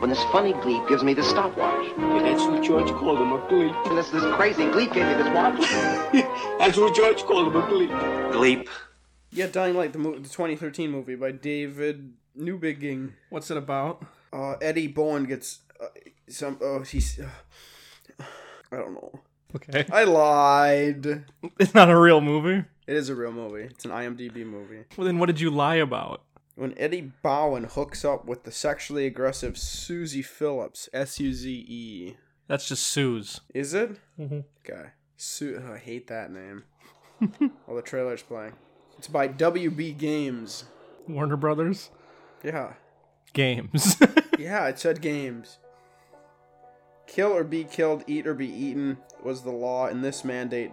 when this funny gleep gives me this stopwatch. Yeah, that's what George called him, a gleep. And this, this crazy gleep gave me this watch. That's what George called him, a gleep. Gleep. Yeah, Dying Light, the, mo- the 2013 movie by David Newbigging. What's it about? Uh, Eddie Bowen gets uh, some. Oh, she's. Uh, I don't know. Okay. I lied. It It's not a real movie. is a real movie. It's an IMDb movie. Well, then what did you lie about? When Eddie Bowen hooks up with the sexually aggressive Susie Phillips, S U Z E. That's just Sue's. Is it? Mhm. Okay. Su- oh, I hate that name. Well, the trailer's playing. It's by WB Games. Warner Brothers Yeah. games. Yeah, it said games. Kill or be killed, eat or be eaten was the law in this mandate.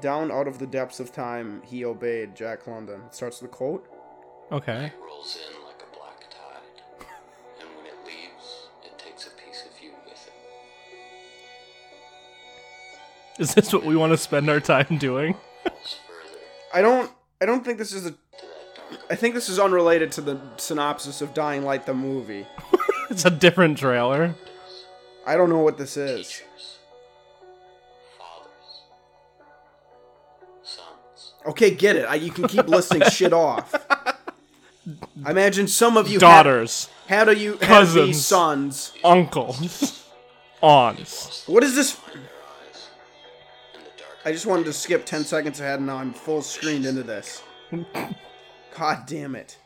Down out of the depths of time, he obeyed Jack London. It starts with a quote. okay. It rolls in like a black tide, and when it leaves, it takes a piece of you with it. Is this what we want to spend our time doing? Rolls further I don't. I don't think this is a. to that dark I think this is unrelated to the synopsis of Dying Light the movie. It's a different trailer. I don't know what this is. teachers, fathers, sons. Okay, get it. I, you can keep listing shit off. I imagine some of you Daughters, Had, how do you had these Cousins. sons? uncles, aunts. What is this? In the dark, I just wanted to skip 10 seconds ahead and now I'm full screened into this. God damn it.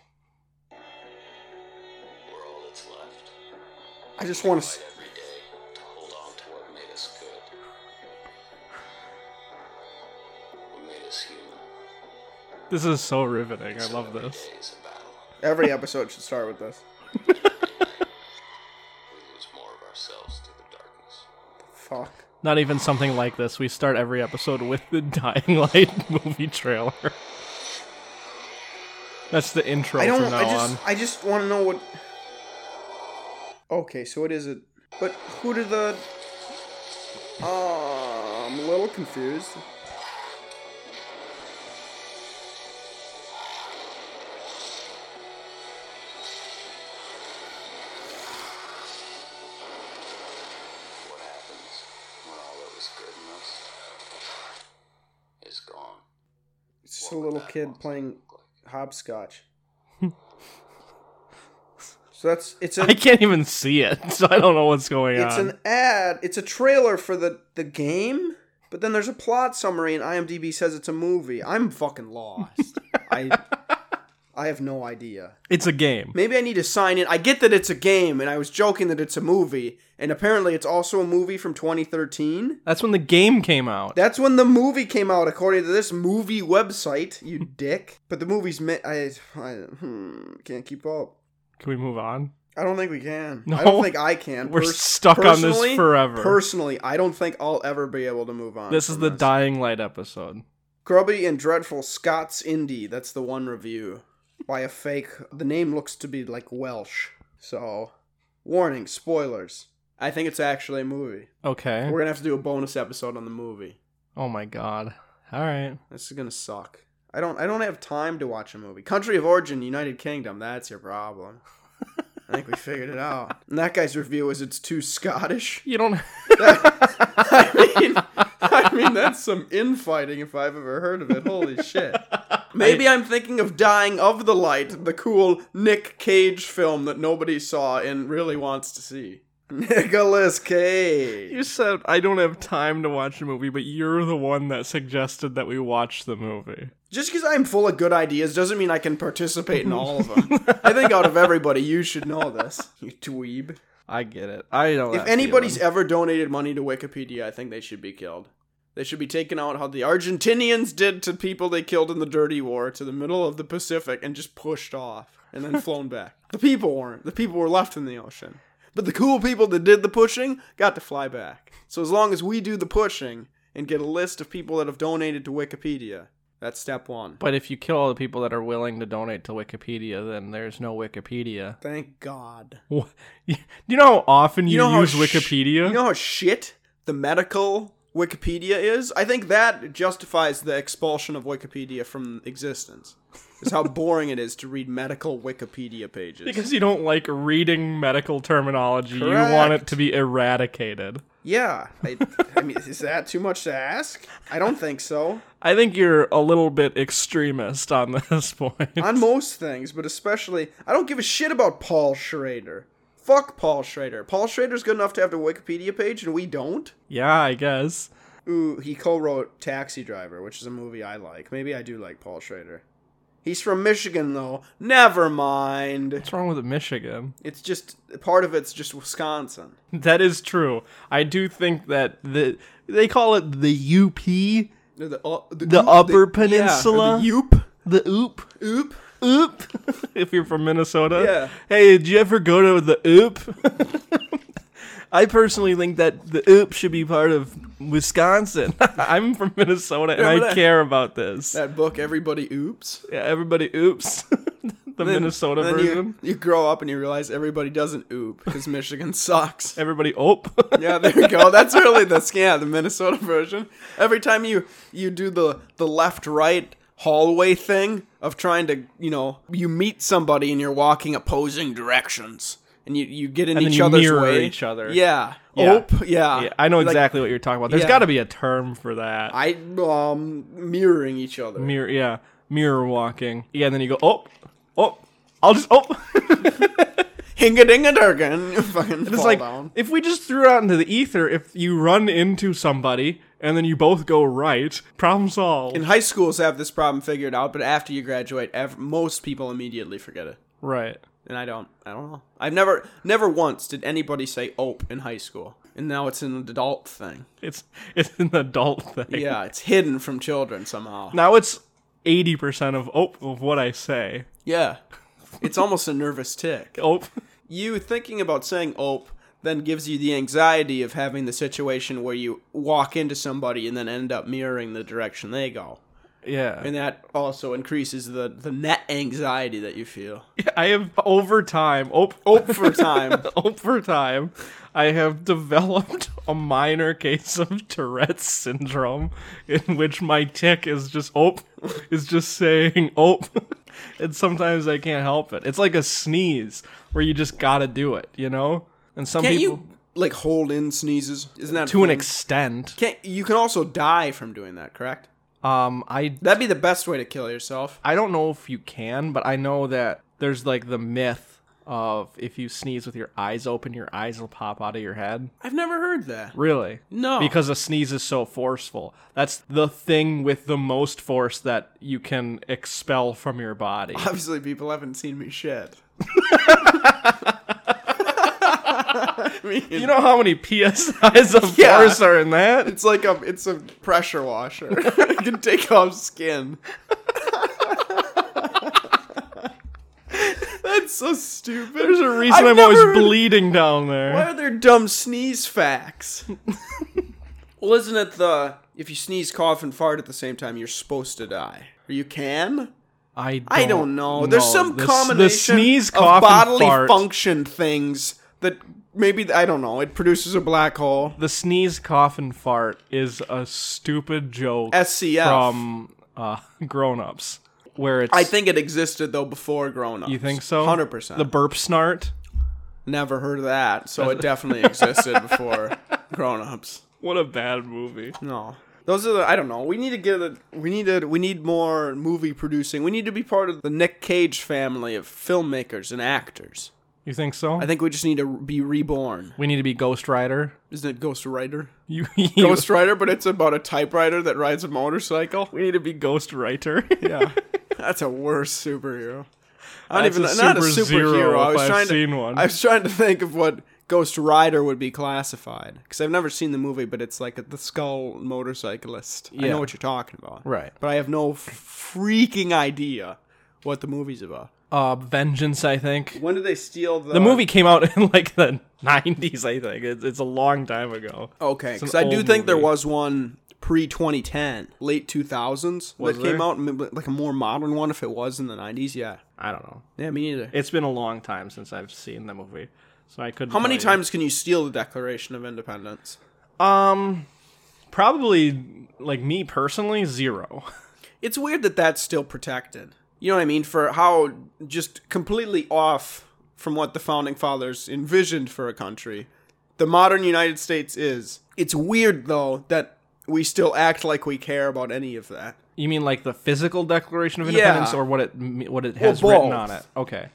we're all that's left. I just want to. Every day, to hold on to what made us good. What made us human. This is so riveting. I love this. Days of battle. Every episode should start with this. We lose more of ourselves through the darkness. Fuck. Not even something like this. We start every episode with the Dying Light movie trailer. That's the intro I from don't. now I just. on. I just want to know what. Okay, so what is it? But who did the? Uh, I'm a little confused. What happens when all that was good in us is gone? It's just a little kid playing hopscotch. so that's it's a I can't even see it, so I don't know what's going it's on. an ad. It's a trailer for the the game. But then there's a plot summary, and IMDb says it's a movie. I'm fucking lost. I I have no idea. It's a game. Maybe I need to sign in. I get that it's a game, and I was joking that it's a movie, and apparently it's also a movie from 2013. That's when the game came out. That's when the movie came out, according to this movie website. You dick. But the movie's meant. I, I hmm, can't keep up. Can we move on? I don't think we can. I No. don't think I can. We're stuck on this personally- forever. Personally, I don't think I'll ever be able to move on. This is from the Dying Light episode. Grubby and Dreadful Scots Indie. That's the one review by a fake. The name looks to be like Welsh. So, warning, spoilers. I think it's actually a movie. Okay. We're going to have to do a bonus episode on the movie. Oh my god. All right. This is going to suck. I don't I don't have time to watch a movie. Country of Origin, United Kingdom, that's your problem. I think we figured it out. And that guy's review is it's too Scottish. You don't. I mean, I mean that's some infighting if I've ever heard of it. Holy shit! Maybe I, am thinking of dying of the light, the cool Nick Cage film that nobody saw and really wants to see. Nicholas Cage. You said I don't have time to watch a movie, but you're the one that suggested that we watch the movie. Just because I'm full of good ideas doesn't mean I can participate in all of them. I think out of everybody, you should know this. You dweeb. I get it. I know. If anybody's ever donated money to Wikipedia, I think they should be killed. They should be taken out how the Argentinians did to people they killed in the Dirty War to the middle of the Pacific and just pushed off and then flown back. The people weren't. The people were left in the ocean. But the cool people that did the pushing got to fly back. So as long as we do the pushing and get a list of people that have donated to Wikipedia, that's step one. but if you kill all the people that are willing to donate to Wikipedia, then there's no Wikipedia. Thank God. Wha- Do you know how often you, how use sh- Wikipedia? you know how shit the medical Wikipedia is? I think that justifies the expulsion of Wikipedia from existence. is how boring it is to read medical Wikipedia pages. Because you don't like reading medical terminology, you want it Correct. to be eradicated. yeah, I, I mean, is that too much to ask? I don't think so. I think you're a little bit extremist on this point. on most things, but especially I don't give a shit about Paul Schrader. Fuck Paul Schrader. Paul Schrader's good enough to have a Wikipedia page and we don't. yeah, I guess. Ooh, he co-wrote Taxi Driver, which is a movie I like. Maybe I do like Paul Schrader. He's from Michigan though. Never mind. What's wrong with Michigan? It's just part of it's just Wisconsin. That is true. I do think that the they call it the UP, The, the, uh, the, The oop- Upper yeah, or Peninsula? the Yoop. the OOP, Oop. OOP. if you're from Minnesota, Yeah. Hey, did you ever go to the OOP? I personally think that the OOP should be part of Wisconsin. I'm from Minnesota and I Remember that- care about this. That book, Everybody Oops. yeah, everybody oops. the Minnesota And then version. you, you grow up and you realize everybody doesn't oop because Michigan sucks. Everybody oop. Yeah, there you go. That's really the yeah, the Minnesota version. Every time you you do the the left right hallway thing of trying to you know you meet somebody and you're walking opposing directions and you you get in And then each you other's mirror way. each other. Yeah. Yeah. Ope. Yeah. Yeah, I know Like, exactly what you're talking about. There's Yeah. got to be a term for that. I um mirroring each other. mirror, yeah, mirror walking. Yeah, and then you go, oh, oh, I'll just, oh. Hinga dinga durgan. Fucking it's fall like down. if we just threw it out into the ether. If you run into somebody and then you both go right, problem solved. In high schools have this problem figured out, but after you graduate, ev- most people immediately forget it. right. and I don't I don't know. I've never never once did anybody say ope in high school. And now it's an adult thing. It's it's an adult thing. Yeah, it's hidden from children somehow. Now it's eighty percent of oh of what I say. Yeah. It's almost a nervous tick. Oh, You thinking about saying ope then gives you the anxiety of having the situation where you walk into somebody and then end up mirroring the direction they go. yeah. And that also increases the, the net anxiety that you feel. I have over time. Oh, Ope for time. over time, I have developed a minor case of Tourette's syndrome, in which my tick is just oh, is just saying oh, and sometimes I can't help it. It's like a sneeze where you just gotta do it, you know. And some Can't people, you like hold in sneezes? Isn't that a to an thing? extent, Can't you can also die from doing that, correct? um, I That'd be the best way to kill yourself. I don't know if you can, but I know that there's like the myth of if you sneeze with your eyes open, your eyes will pop out of your head. I've never heard that. Really? No. Because a sneeze is so forceful. That's the thing with the most force that you can expel from your body. Obviously, people haven't seen me shed. I mean, You know how many PSIs of Yeah. force are in that? it's like a it's a pressure washer. it can take off skin. That's so stupid. There's a reason i I've am never- always bleeding down there. Why are there dumb sneeze facts? well, isn't it the if you sneeze, cough, and fart at the same time, you're supposed to die, or you can? I don't, I don't know. There's some The s- combination the sneeze, of cough, bodily and fart. function things that maybe I don't know. It produces a black hole. the sneeze, cough, and fart is a stupid joke SCF. from uh, grown-ups, where it's I think it existed though before grown ups. you think so. Hundred percent. The burp snart. Never heard of that, so it definitely existed before grown ups. What a bad movie. No. Those are the I don't know. We need to get a we need to we need more movie producing. We need to be part of the Nick Cage family of filmmakers and actors. You think so? I think we just need to be reborn. we need to be Ghost Rider. Isn't it Ghost Rider? You, you Ghost Rider, but it's about a typewriter that rides a motorcycle. We need to be Ghost Writer. Yeah, that's a worse superhero. I That's don't a even not a super-zero superhero. I if was I've trying seen to, one. I was trying to think of what Ghost Rider would be classified because I've never seen the movie, but it's like the skull motorcyclist. I Yeah. know what you're talking about, Right. But I have no f- freaking idea what the movie's about. uh, Vengeance, I think. When did they steal the The movie came out in like the 90s, I think. It's, it's a long time ago. Okay, It's an because I do old think there movie. was one pre 2010, late 2000s Was that there? came out, m- like a more modern one if it was in the 90s. Yeah, I don't know. yeah, me neither. It's been a long time since I've seen the movie. So I could How many times can you steal the Declaration of Independence? Um probably like me personally, zero. It's weird that that's still protected. you know what I mean, for how just completely off from what the founding fathers envisioned for a country. The modern United States is. It's weird though that we still act like we care about any of that. You mean like the physical Declaration of Independence, Yeah. or what it m- what it has both. written on it? Okay.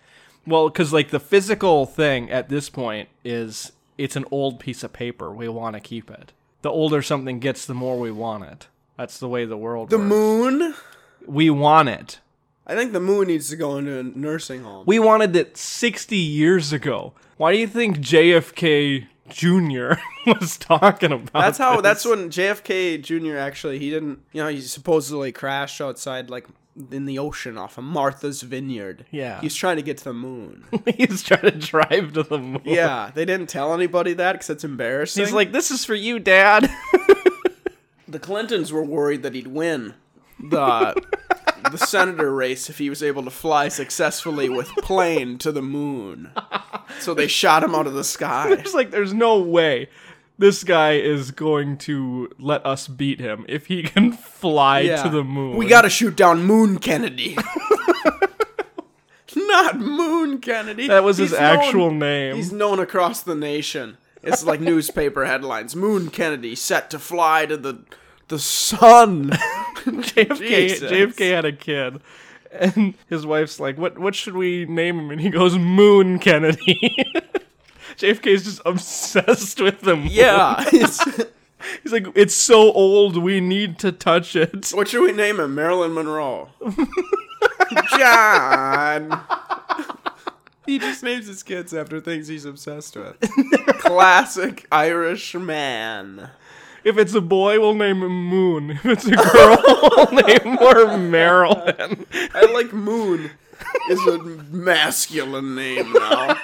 Well, because like the physical thing at this point is it's an old piece of paper. We want to keep it. The older something gets, the more we want it. That's the way the world. The works. moon? We want it. I think the moon needs to go into a nursing home. We wanted it 60 years ago. Why do you think JFK Jr. was talking about? That's how. this? That's when JFK Jr. actually he didn't. You know, he supposedly crashed outside, like in the ocean off of Martha's Vineyard. Yeah. he's trying to get to the moon. he's trying to drive to the moon. yeah, they didn't tell anybody that because it's embarrassing. He's like, this is for you, Dad. the Clintons were worried that he'd win the the senator race if he was able to fly successfully with plane to the moon. So they shot him out of the sky. It's like there's no way this guy is going to let us beat him if he can fly Yeah. to the moon. We gotta shoot down Moon Kennedy. Not Moon Kennedy. That was his He's actual known- name. He's known across the nation. It's like newspaper headlines. Moon Kennedy set to fly to the the sun. JFK, Jesus. JFK had a kid. And his wife's like, "What? What should we name him?" And he goes, "Moon Kennedy." JFK is just obsessed with the moon. Yeah. it's- he's like, "It's so old, we need to touch it." what should we name him? Marilyn Monroe. John. He just names his kids after things he's obsessed with. Classic Irish man. If it's a boy, we'll name him Moon. If it's a girl, we'll name her Marilyn. I like Moon is a masculine name now.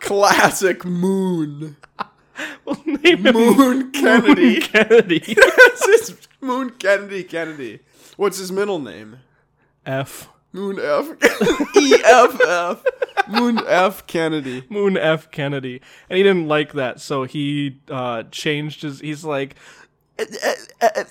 Classic Moon. We'll name him Moon Moon Kennedy. Kennedy. That's his Moon Kennedy Kennedy. What's his middle name? F. Moon F. E F F. Moon F Kennedy. Moon F. Kennedy. And he didn't like that, so he uh, changed his. He's like,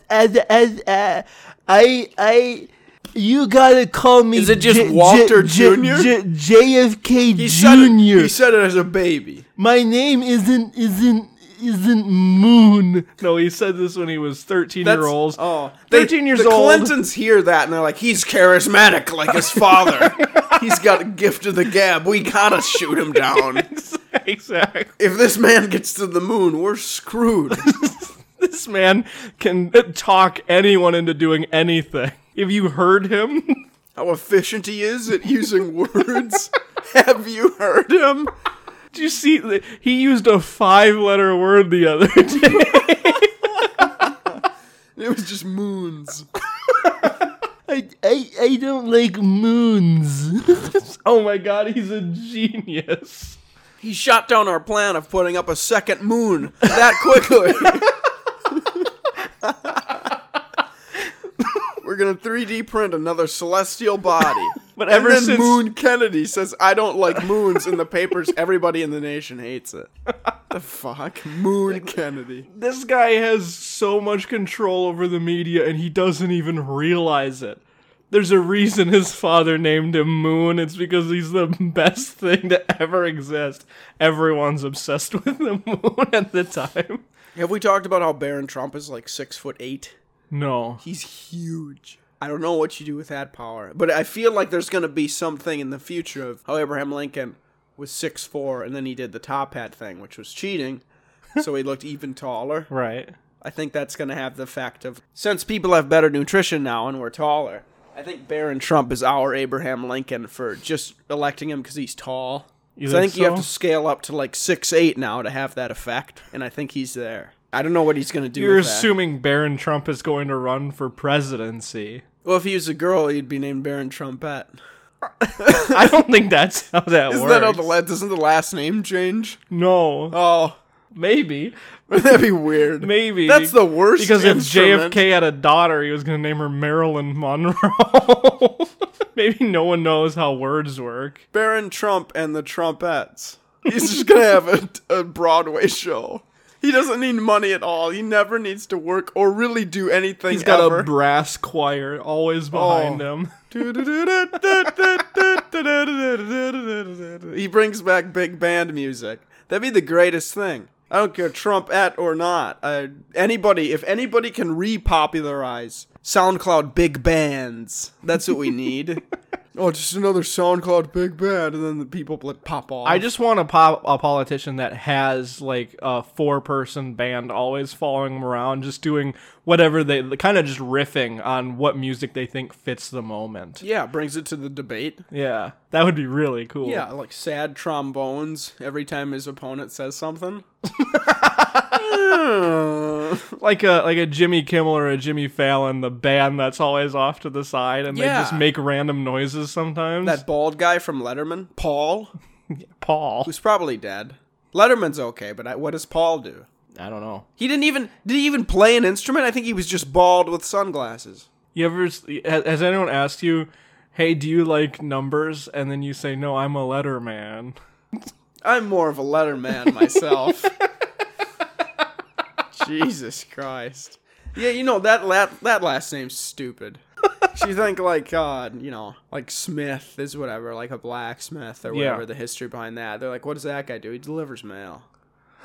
as as uh, I I you gotta call me. Is it just Walter Jr.? JFK He said, Jr. it, he said it as a baby. My name isn't isn't isn't Moon. no, he said this when he was 13 That's, year olds. Oh, 13 years the old. Clintons hear that and they're like, he's charismatic like his father. he's got a gift of the gab. We gotta shoot him down. exactly. if this man gets to the moon, we're screwed. This man can talk anyone into doing anything. If you heard him, How efficient he is at using words. Have you heard him? did you see that he used a five letter word the other day? It was just moons. I I, I don't like moons. oh my god, he's a genius. He shot down our plan of putting up a second moon that quickly. We're gonna 3D print another celestial body. But ever and then since- Moon Kennedy says, "I don't like moons," in the papers, everybody in the nation hates it. The fuck, Moon Kennedy. This guy has so much control over the media and he doesn't even realize it. There's a reason his father named him Moon. It's because he's the best thing to ever exist. Everyone's obsessed with the moon at the time. Have we talked about how Barron Trump is like six foot eight? No. He's huge. I don't know what you do with that power, but I feel like there's going to be something in the future of how Abraham Lincoln was six four, and then he did the top hat thing, which was cheating, so he looked even taller. Right. I think that's going to have the effect of since people have better nutrition now and we're taller. I think Barron Trump is our Abraham Lincoln for just electing him because he's tall. You so I think think you have so? to scale up to like six eight now to have that effect, and I think he's there. I don't know what he's going to do. You're with that. assuming Barron Trump is going to run for presidency. Well, if he was a girl, he'd be named Baron Trumpet. I don't think that's how that Isn't works. that how the la- doesn't the last name change? no. Oh, Maybe. that'd be weird. Maybe. That's the worst. Because if instrument. JFK had a daughter, he was going to name her Marilyn Monroe. Maybe no one knows how words work. Baron Trump and the Trumpets, he's just gonna have a, a Broadway show. He doesn't need money at all. He never needs to work or really do anything He's got ever. a brass choir always behind Oh. him. he brings back big band music. That'd be the greatest thing. I don't care Trump at or not. Uh, anybody, if anybody can repopularize SoundCloud big bands, that's what we need. oh, just another SoundCloud big band, and then the people like pop off. I just want a, po- a politician that has like a four person band always following them around, just doing whatever they kind of just riffing on what music they think fits the moment. yeah brings it to the debate. Yeah, that would be really cool. Yeah, like sad trombones every time his opponent says something. like a like a Jimmy Kimmel or a Jimmy Fallon, the band that's always off to the side and Yeah. they just make random noises sometimes. That bald guy from Letterman, Paul, Paul. who's probably dead. Letterman's okay, but I, what does Paul do? I don't know. He didn't even did he even play an instrument? I think he was just bald with sunglasses. You ever s- has, has anyone asked you, "Hey, do you like numbers?" And then you say, "No, I'm a letter man." I'm more of a Letterman myself. Jesus Christ. Yeah, you know that la- that last name's stupid. So you think like God, you know, like Smith is whatever, like a blacksmith or Yeah. whatever. The history behind that, they're like, what does that guy do? He delivers mail.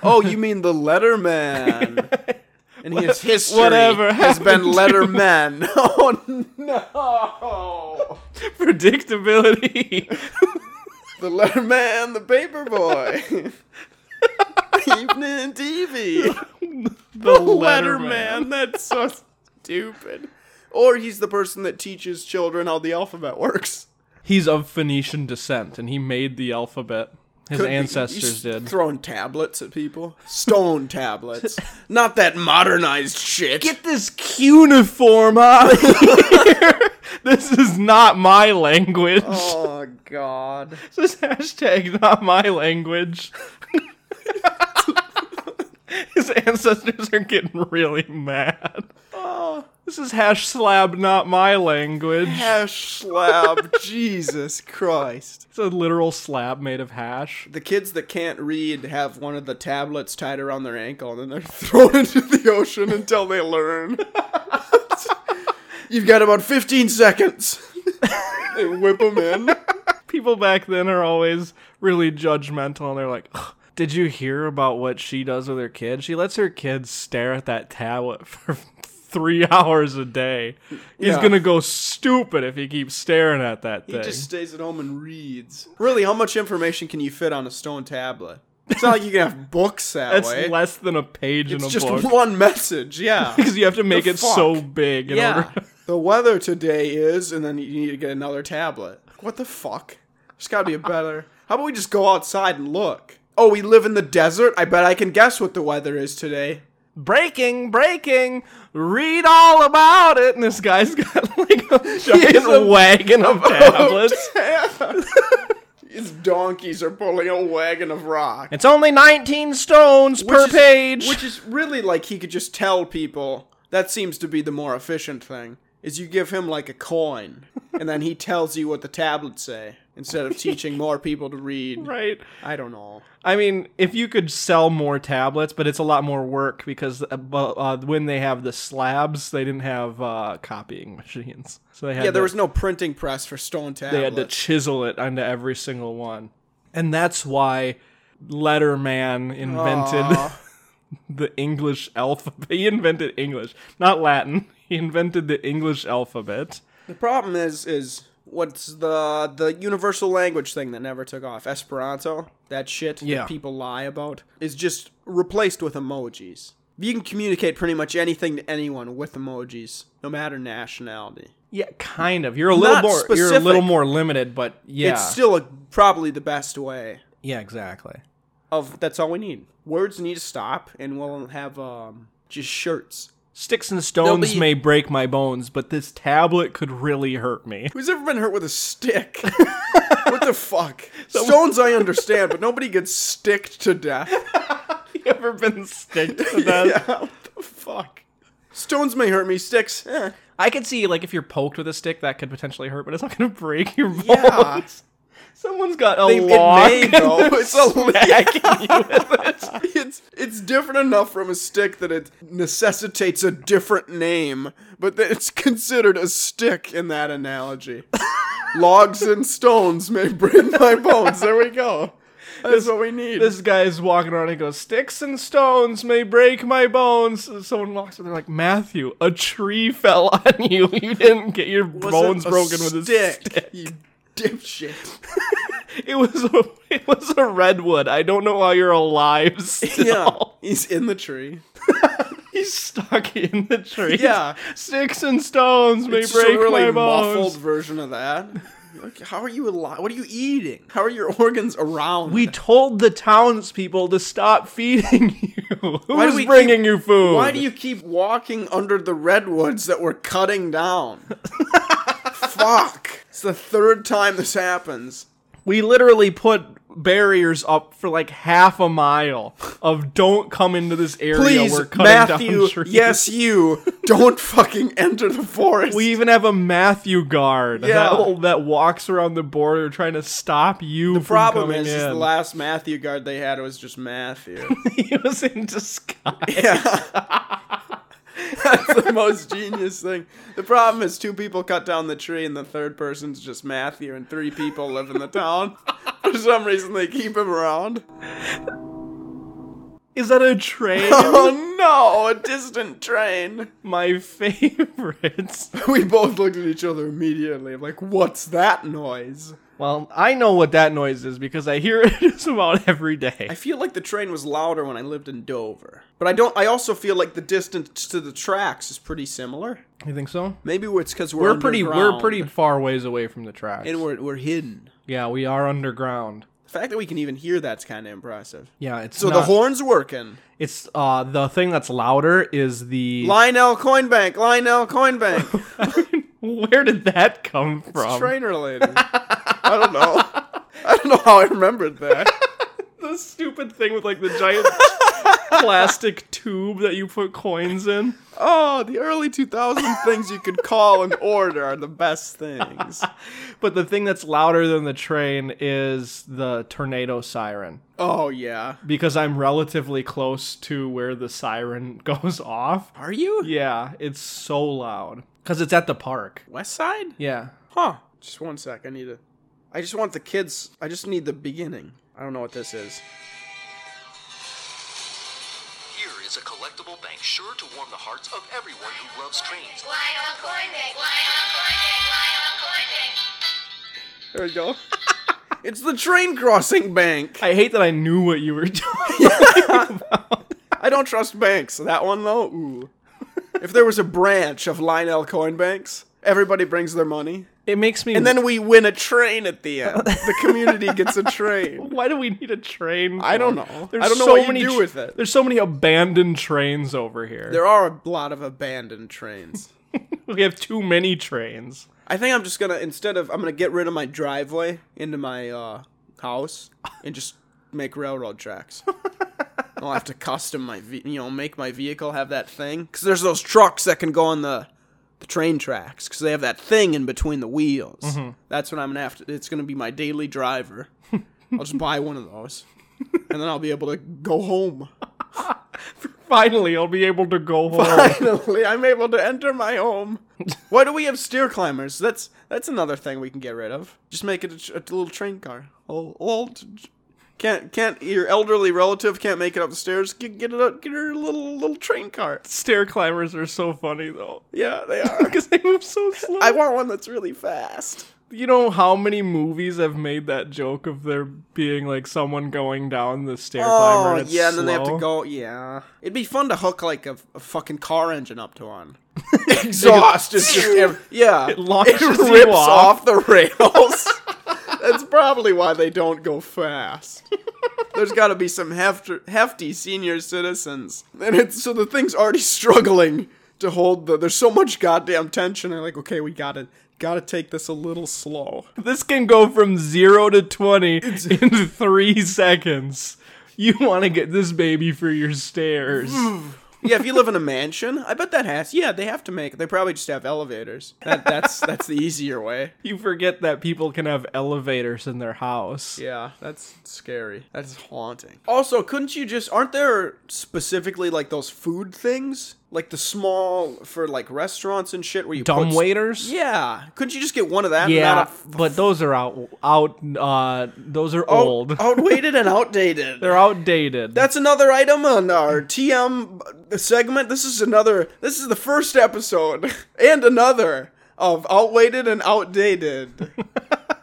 Oh, you mean the Letterman? And his history whatever has been happened to- Letterman. Oh no! Predictability. The Letterman, the Paperboy, Evening TV, the Letterman. That's so stupid. Or he's the person that teaches children how the alphabet works. He's of Phoenician descent, and he made the alphabet. His Could be. ancestors He's did. throwing tablets at people, stone tablets, not that modernized shit. Get this cuneiform out of here. this is not my language. oh God! This is hashtag not my language. His ancestors are getting really mad. Oh. This is hash slab not my language. Hash slab, Jesus Christ! It's a literal slab made of hash. the kids that can't read have one of the tablets tied around their ankle and then they're thrown into the ocean until they learn. You've got about 15 seconds. they whip them in. People back then are always really judgmental and they're like, "Ugh, Did you hear about what she does with her kids? She lets her kids stare at that tablet for three hours a day. He's Yeah. gonna go stupid if he keeps staring at that thing. He just stays at home and reads. Really, how much information can you fit on a stone tablet? It's not like you can have books that That's way. less than a page in it's a just book. one message, yeah. because you have to make The it so fuck? big in yeah. order. the weather today is, and then you need to get another tablet. What the fuck? There's gotta be a better. How about we just go outside and look? Oh, we live in the desert? I bet I can guess what the weather is today. Breaking, breaking! Read all about it. And this guy's got like a giant a- wagon of tablets. These donkeys are pulling a wagon of rock. it's only 19 stones per Which is- page. Which is really like he could just tell people. That seems to be the more efficient thing. Is you give him like a coin, and then he tells you what the tablets say instead of teaching more people to read. right. I don't know. I mean, if you could sell more tablets, but it's a lot more work because uh, bu- uh, when they have the slabs, they didn't have uh, copying machines. So they had Yeah, there to- was no printing press for stone tablets. they had to chisel it onto every single one. And that's why Letterman invented the English alphabet. He invented English, not Latin. He invented the English alphabet. the problem is, is what's the the universal language thing that never took off? Esperanto, that shit Yeah. that people lie about, is just replaced with emojis. You can communicate pretty much anything to anyone with emojis, no matter nationality. Yeah, kind of. You're a little Not more you're a little specific. more limited, but yeah. It's still a, probably the best way. yeah, exactly. Of that's all we need. Words need to stop, and we'll have um just shirts. Sticks and stones be- may break my bones, but this tablet could really hurt me. Who's ever been hurt with a stick? what the fuck? Stones I understand, but nobody gets sticked to death. you ever been sticked to yeah, what the fuck? Stones may hurt me, sticks. Eh. I could see like if you're poked with a stick that could potentially hurt, but it's not going to break your bones. Yeah. Someone's got a They- log. It may, though. It's a smacking you with it. it's it's different enough from a stick that it necessitates a different name, but that it's considered a stick in that analogy. Logs and stones may bring my bones. There we go. That's what we need. This guy's walking around. He goes, "Sticks and stones may break my bones." Someone walks up. They're like, "Matthew, a tree fell on you. You didn't get your Wasn't bones a broken with a stick." You dipshit. It was a, it was a redwood. I don't know how you're alive still. Yeah, he's in the tree. He's stuck in the tree. Yeah. Sticks and stones may It's just break a really my bones. muffled version of that. Like, how are you alive? What are you eating? How are your organs around? We told the townspeople to stop feeding you. Why do Who's we bringing keep- you food? Why do you keep walking under the redwoods that we're cutting down? Fuck. It's the third time this happens. We literally put barriers up for like half a mile of don't come into this area. Please, we're cutting Matthew, down trees. yes, you, don't fucking enter the forest. We even have a Matthew guard Yeah. that, that walks around the border trying to stop you. the from problem coming is, is the in. last Matthew guard they had was just Matthew. he was in disguise. Yeah. That's the most genius thing. The problem is two people cut down the tree and the third person's just Matthew and three people live in the town. For some reason they keep him around. Is that a train? Oh no, a distant train. My favorites. We both looked at each other immediately like what's that noise? Well, I know what that noise is because I hear it just about every day. I feel like the train was louder when I lived in Dover. But I don't I also feel like the distance to the tracks is pretty similar. You think so? Maybe it's cuz we're We're pretty. We're underground pretty far ways away from the tracks. and we're we're hidden. yeah, we are underground. The fact that we can even hear that's kind of impressive. Yeah, it's So not- the horn's working. It's uh the thing that's louder is the. Lionel Coinbank, Lionel Coinbank. Where did that come from? It's train related. I don't know. I don't know how I remembered that. the stupid thing with like the giant plastic tube that you put coins in. Oh, the early 2000 things you could call and order are the best things. But the thing that's louder than the train is the tornado siren. Oh, yeah. because I'm relatively close to where the siren goes off. Are you? Yeah, it's so loud because it's at the park. West Side? Yeah, Huh. Just one sec. I need to. I just want the kids. I just need the beginning. I don't know what this is. Here is a collectible bank sure to warm the hearts of everyone who loves trains. Lionel Cornick, Lionel Cornick, Lionel Cornick. There we go. it's the train crossing bank. I hate that I knew what you were doing. I don't trust banks. That one though, ooh. if there was a branch of Lionel Coin Banks, everybody brings their money, It makes me. and then we win a train at the end. The community gets a train. why do we need a train? I don't for? know. There's I don't know so what you many do with it. There's so many abandoned trains over here. There are a lot of abandoned trains. we have too many trains. I think I'm just gonna instead of I'm gonna get rid of my driveway into my uh, house and just make railroad tracks. I'll have to custom my ve- you know make my vehicle have that thing because there's those trucks that can go on the the train tracks because they have that thing in between the wheels. That's what I'm gonna have to. It's gonna be my daily driver. I'll just buy one of those and then I'll be able to go home. Finally, I'll be able to go home. Finally, I'm able to enter my home. Why do we have steer climbers? That's that's another thing we can get rid of. Just make it a, tr- a little train car. Old, old can't can't your elderly relative can't make it up the stairs. Get, get it up, get her a little little train car. Stair climbers are so funny though Yeah, they are. because they move so slow. I want one that's really fast. You know how many movies have made that joke of there being like someone going down the stair climber? Oh and it's yeah, and then they have to slow? go. Yeah, it'd be fun to hook like a, a fucking car engine up to one. Exhaust is just ev- yeah. It launches it you rips off. off. the rails. That's probably why they don't go fast. There's got to be some hefty, hefty senior citizens, and it's so the thing's already struggling to hold the. There's so much goddamn tension. I'm like, okay, we got to Got to take this a little slow. This can go from zero to twenty in Mm. three seconds. You want to get this baby for your stairs? yeah, if you live in a mansion, I bet that has. Yeah, they have to make. They probably just have elevators. That, that's that's the easier way. You forget that people can have elevators in their house. Yeah, that's scary. That's haunting. Also, couldn't you just aren't there specifically like those food things? Like the small for like restaurants and shit where you Dumb put- waiters? Yeah. Couldn't you just get one of that? and Yeah, not a- Oh, but those are out out uh those are out- old. outweighted and outdated. They're outdated. That's another item on our TM segment. This is another. This is the first episode and another of outweighted and outdated.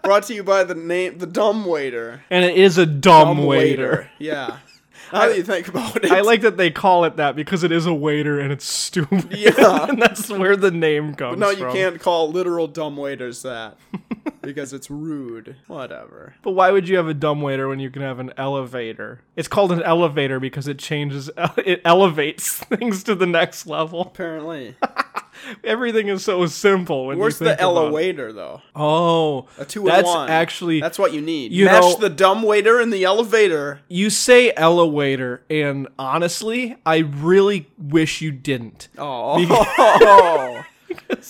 Brought to you by the name the dumb waiter. and it is a dumb, waiter. Yeah. How do you think about it? I like that they call it that because it is a waiter and it's stupid. Yeah. and that's where the name comes No, you from. can't call literal dumb waiters that because it's rude. Whatever. But why would you have a dumb waiter when you can have an elevator? It's called an elevator because it changes, it elevates things to the next level. Apparently, Everything is so simple. When where's you think the Ella about it. waiter though? Oh, A two that's and one. actually that's what you need. you Mash know- the dumb waiter and the elevator. you say elevator, and honestly, I really wish you didn't. Oh,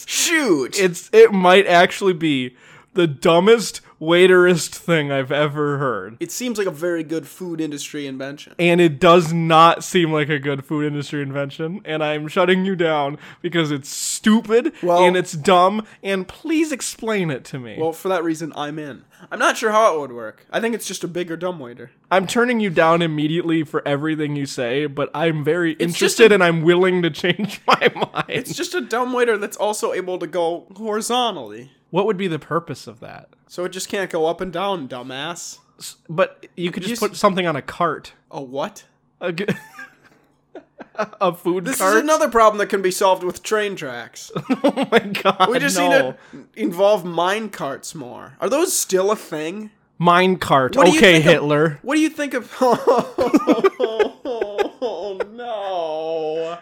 shoot! It's it might actually be the dumbest waiterist thing I've ever heard. It seems like a very good food industry invention. and it does not seem like a good food industry invention and i'm shutting you down because it's stupid Well- and it's dumb and please explain it to me Well, for that reason, I'm in. I'm not sure how it would work. I think it's just a bigger dumb waiter. i'm turning you down immediately for everything you say but i'm very just interested a- and i'm willing to change my mind It's just a dumb waiter that's also able to go horizontally. what would be the purpose of that So it just can't go up and down, dumbass. S- but you could You just s- put something on a cart A what? a, g- a food This cart is another problem that can be solved with train tracks. oh my god We just no. need to involve mine carts more. Are those still a thing? mine cart What do you okay think of- hitler What do you think of? Oh no!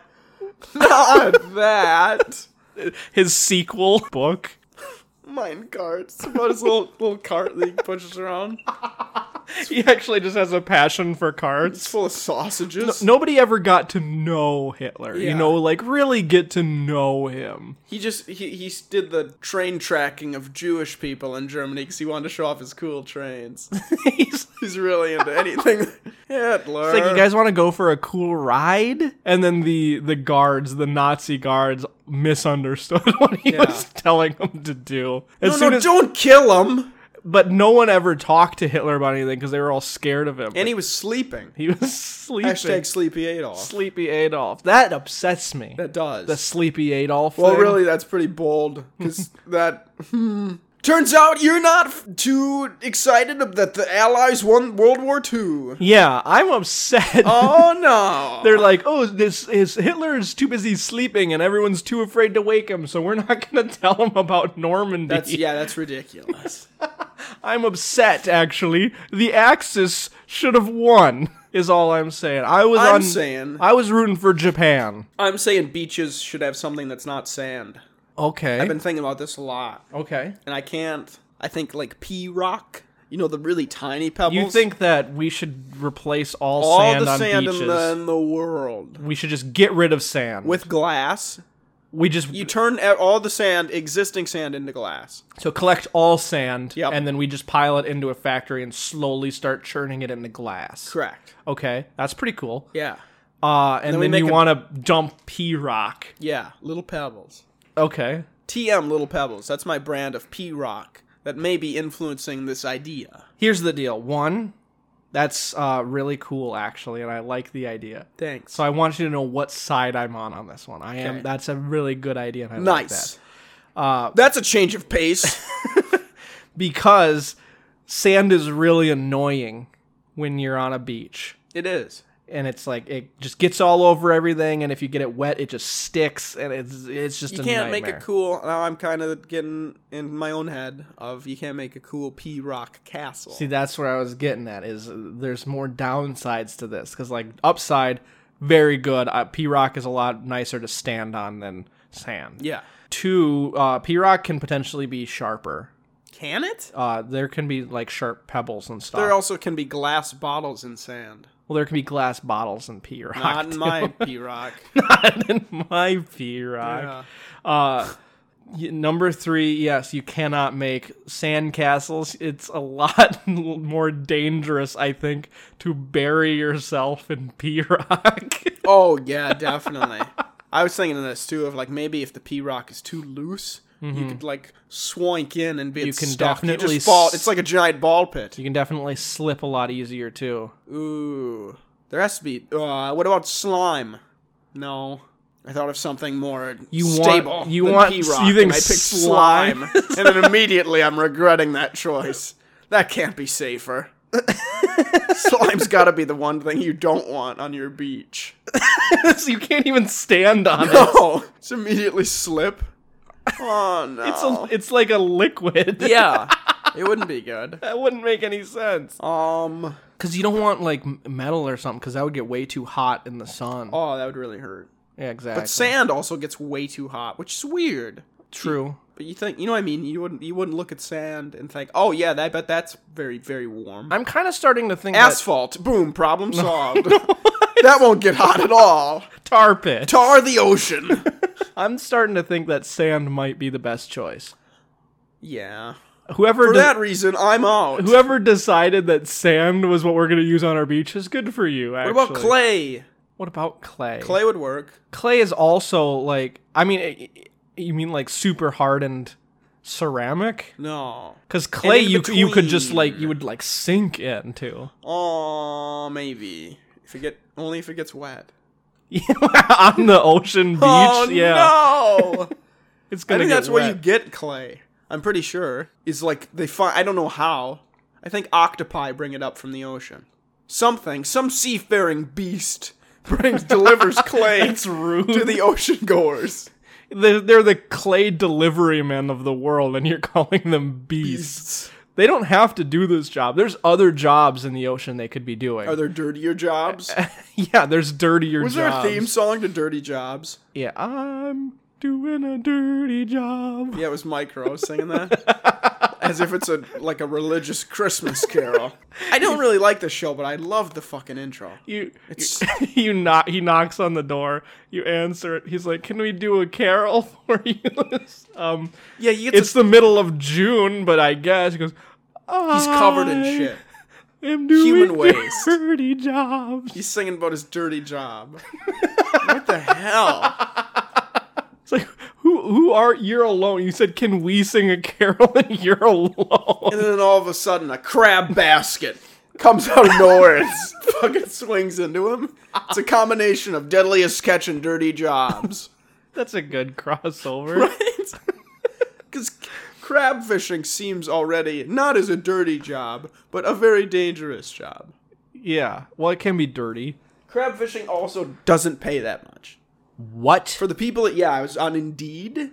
Not that. his sequel book Mine carts. About his little little cart that he pushes around. He actually just has a passion for It's cards. full of sausages. Nobody ever got to know Hitler, Yeah. you know, like really get to know him. he just he he did the train tracking of Jewish people in Germany because he wanted to show off his cool trains. He's He's really into anything. Hitler. like, you guys want to go for a cool ride? Uh, And then the the guards, the Nazi guards, misunderstood what he Yeah. was telling them to do. As No, soon no, as, don't kill him. but no one ever talked to Hitler about anything because they were all scared of him. And he was sleeping. he was sleeping. Hashtag Sleepy Adolf. Sleepy Adolf. That upsets me. that does. the Sleepy Adolf. Well, thing. really, that's pretty bold because that. Hmm. Turns out you're not f- too excited ab- that the Allies won World War II. Yeah, I'm upset. Oh no! They're like, oh, this is Hitler is too busy sleeping, and everyone's too afraid to wake him, so we're not gonna tell him about Normandy. that's yeah, that's ridiculous. I'm upset. Actually, the Axis should have won. Is all I'm saying. I was I'm on- saying- I was rooting for Japan. I'm saying beaches should have something that's not sand. Okay. I've been thinking about this a lot, okay. and I can't. I think like pea rock. You know the really tiny pebbles. You think that we should replace all, all sand the on sand beaches? in the, in the world we should just get rid of sand. with glass? we just You turn a- all the sand, existing sand, into glass. so collect all sand, Yep. and then we just pile it into a factory and slowly start churning it into glass. Correct. Okay, that's pretty cool. Yeah. Uh, and then then, we make you a- want to dump P Rock. Yeah, Little Pebbles. Okay. TM Little Pebbles. That's my brand of P Rock that may be influencing this idea. Here's the deal. One, that's uh, really cool actually, and I like the idea. Thanks. So I want you to know what side I'm on on this one. I Okay. am. That's a really good idea. And I like nice. that. Uh, That's a change of pace. because sand is really annoying when you're on a beach. it is. And it's like it just gets all over everything, and if you get it wet, it just sticks, and it's it's just You a can't make nightmare. it cool. Now I'm kind of getting in my own head of you can't make a cool P Rock castle. See, that's where I was getting at. Is uh, there's more downsides to this because like upside, very good. Uh, P Rock is a lot nicer to stand on than sand. yeah. Two, uh, P Rock can potentially be sharper. Can it? Uh, there can be like sharp pebbles and stuff. There also can be glass bottles in sand. Well, there can be glass bottles and pee rock. Not in too. my P Rock. Not in my pee rock. Uh, y- number three, yes, you cannot make sandcastles. It's a lot more dangerous, I think, to bury yourself in pee rock. Oh yeah, definitely. I was thinking of this too, of like maybe if the P rock is too loose, you could like swank in and be Mm-hmm. You can stuck. You definitely just fall. s- It's like a giant ball pit. you can definitely slip a lot easier too. Ooh, there has to be. Uh, what about slime? No, I thought of something more You want- stable. you than want- P-Rock, you think and I picked slime, slime- and then immediately I'm regretting that choice. That can't be safer. Slime's got to be the one thing you don't want on your beach. so you can't even stand on it. No, it's immediately slip. Oh no! Oh. It's a, it's like a liquid. yeah, it wouldn't be good. that wouldn't make any sense. Um, Because you don't want like m- metal or something, because that would get way too hot in the sun. oh, that would really hurt. yeah, exactly. But sand also gets way too hot, which is weird. True. But you think you know what I mean? You wouldn't you wouldn't look at sand and think, oh yeah, that bet that's very very warm. I'm kind of starting to think Asphalt, boom, problem solved. that won't get hot at all. that tar pit. Tar the ocean. I'm starting to think that sand might be the best choice. yeah. Whoever For de- that reason, I'm out. whoever decided that sand was what we're gonna use on our beach is good for you. what Actually. about clay? What about clay? Clay would work. Clay is also like I mean, i- i- you mean like super hardened ceramic? No. Because clay, in you c- you could just between. like you would like sink into. Oh, maybe. If it get only if it gets wet. on the ocean beach. oh yeah, no! it's I gonna think get that's where you wet. get clay. I'm pretty sure is like they find. I don't know how. I think octopi bring it up from the ocean. Something, some seafaring beast brings delivers clay It's rude. to the ocean goers. they're, they're the clay delivery men of the world, and you're calling them beasts. They don't have to do this job. There's other jobs in the ocean they could be doing. Are there dirtier jobs? yeah, there's dirtier Was there a jobs. theme song to Dirty Jobs? Yeah, I'm doing a dirty job. Yeah, it was Micro singing that. As if it's a like a religious Christmas carol. I don't really like this show, but I love the fucking intro. You, It's- you, you knock. He knocks on the door. You answer it. He's like, "Can we do a carol for you?" um, Yeah, you get it's it's the middle of June, but I guess he goes. he's covered in "I shit. am doing Human waste. dirty jobs. He's singing about his dirty job. what the hell? It's like who who are you're alone. You said can we sing a carol and you're alone. And then all of a sudden, a crab basket comes out of nowhere and s- fucking swings into him. It's a combination of Deadliest Catch and Dirty Jobs. That's a good crossover. Because crab fishing seems already not as a dirty job, but a very dangerous job. Yeah. Well, it can be dirty. Crab fishing also doesn't pay that much. What? For the people that, yeah, I was on Indeed,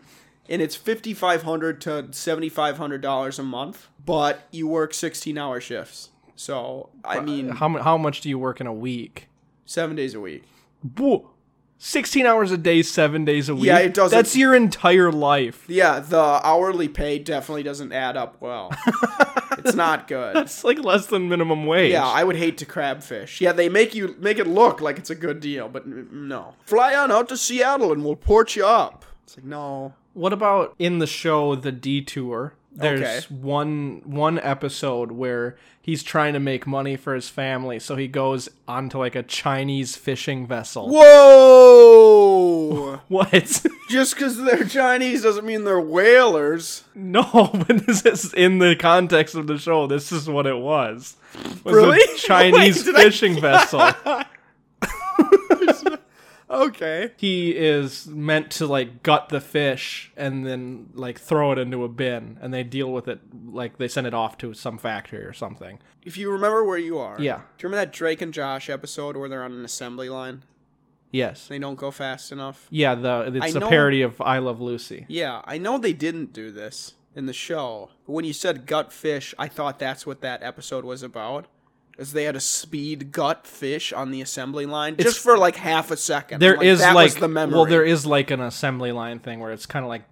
and it's fifty five hundred to seventy five hundred dollars a month, but you work sixteen hour shifts. So I mean, How mu- how much do you work in a week? seven days a week. Whoa. 16 hours a day, 7 days a week. Yeah, it doesn't- That's your entire life. Yeah, the hourly pay definitely doesn't add up well. it's not good. That's like less than minimum wage. Yeah, I would hate to crab fish. Yeah, they make you make it look like it's a good deal, but n- no. Fly on out to Seattle and we'll port you up. It's like no. What about in the show The Detour? There's Okay. one one episode where he's trying to make money for his family, so he goes onto like a Chinese fishing vessel. Whoa! What? Just because they're Chinese doesn't mean they're whalers. no, but this is in the context of the show. This is what it was. was Really? A Chinese Wait, did I- fishing vessel. Okay. He is meant to like gut the fish and then like throw it into a bin, and they deal with it like they send it off to some factory or something. If you remember where you are. Yeah. Do you remember that Drake and Josh episode where they're on an assembly line? Yes. They don't go fast enough? Yeah, the I it's a know- parody of I Love Lucy. Yeah, I know they didn't do this in the show. But when you said gut fish, I thought that's what that episode was about. Is they had a speed gut fish on the assembly line just for like half a second. There I'm is that like was the memory. well, there is like an assembly line thing where it's kind of like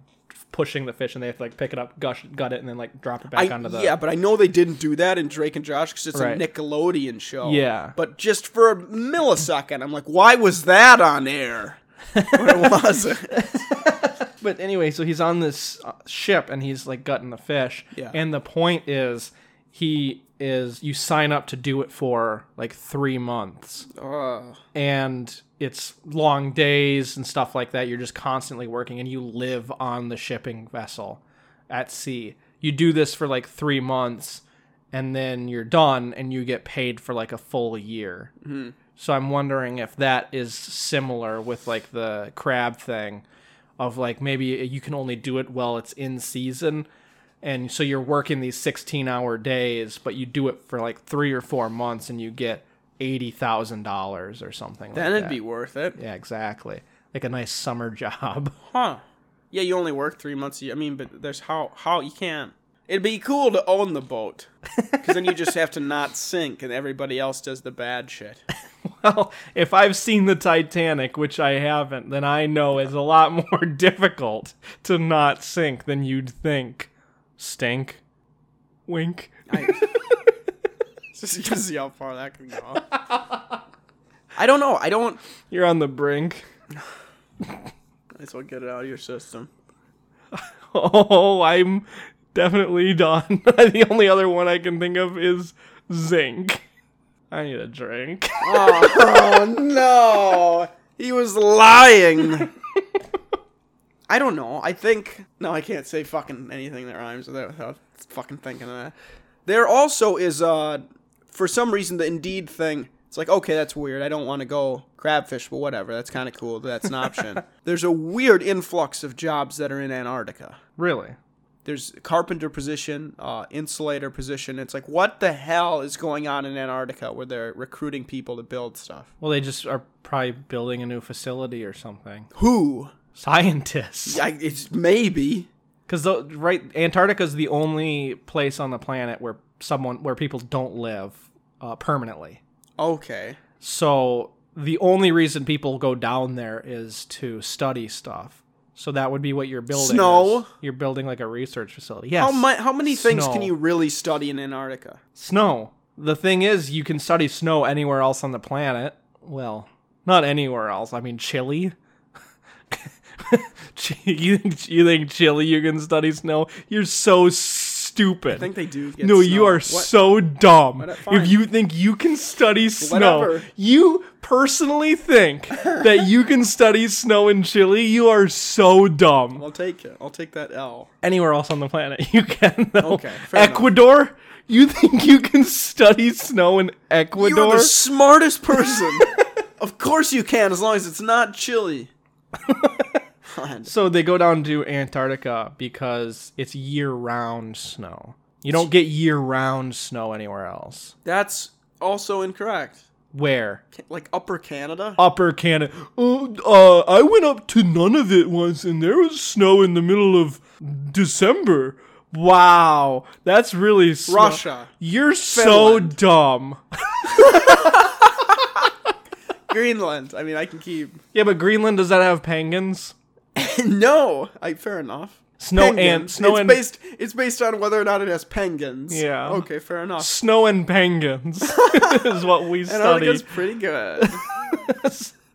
pushing the fish and they have to like pick it up, gush, gut it, and then like drop it I, back onto the. yeah, but I know they didn't do that in Drake and Josh because it's Right. a Nickelodeon show. Yeah. But just for a millisecond, I'm like, why was that on air? but it wasn't. But anyway, so he's on this uh, ship and he's like gutting the fish. Yeah. And the point is, he is you sign up to do it for like three months, and it's long days and stuff like that. You're just constantly working, and you live on the shipping vessel at sea. You do this for like three months, and then you're done, and you get paid for like a full year. Mm-hmm. So I'm wondering if that is similar with like the crab thing of like maybe you can only do it while it's in season and so you're working these 16 hour days but you do it for like three or four months and you get $80000 or something Then like it'd that. be worth it. yeah exactly like a nice summer job Huh. Yeah, you only work three months a year. I mean, but there's how how you can't. It'd be cool to own the boat, because then you just have to not sink, and everybody else does the bad shit. well if i've seen the titanic which i haven't then i know is a lot more difficult to not sink than you'd think stink wink just to see how far that can go. I don't know. I don't. you're on the brink Might as well get it out of your system. Oh, I'm definitely done. the only other one I can think of is zinc. I need a drink. Oh no! He was lying. I don't know. I think no. I can't say fucking anything that rhymes with that without fucking thinking of that. There also is uh, for some reason the Indeed thing. It's like okay, that's weird. I don't want to go crabfish, but whatever. That's kind of cool. That's an option. There's a weird influx of jobs that are in Antarctica. really? there's carpenter position, uh, insulator position. It's like what the hell is going on in Antarctica where they're recruiting people to build stuff? Well, they just are probably building a new facility or something. Who? Scientists. I, it's maybe. Because right, Antarctica's the only place on the planet where someone where people don't live uh, permanently. Okay. So the only reason people go down there is to study stuff. So that would be what you're building. Snow? is You're building like a research facility. Yes. How mu- How many things Snow. can you really study in Antarctica? Snow. The thing is, you can study snow anywhere else on the planet. Well, not anywhere else. I mean, Chile. Ch- you, think, you think Chile you can study snow? You're so stupid. I think they do. Get no, you snow. are What- so dumb. What- fine. If you think you can study snow, Whatever. you personally think that you can study snow in Chile, you are so dumb I'll take it. I'll take that L. anywhere else on the planet you can though. Okay, fair enough. ecuador you think you can study snow in You are ecuador the smartest person. of course you can, as long as it's not chilly. God. so they go down to antarctica because it's year-round snow you don't get year-round snow anywhere else That's also incorrect. where Like Upper Canada. upper canada oh, uh, i went up to none of it once and there was snow in the middle of december wow that's really snow. Russia. you're Finland. so dumb Greenland. I mean, I can keep. yeah but greenland does that have penguins No, I, fair enough. Snow and- Penguins. snow it's and- based. It's based on whether or not it has penguins. Yeah. Okay, fair enough. Snow and penguins is what we Antarctica's study. pretty good.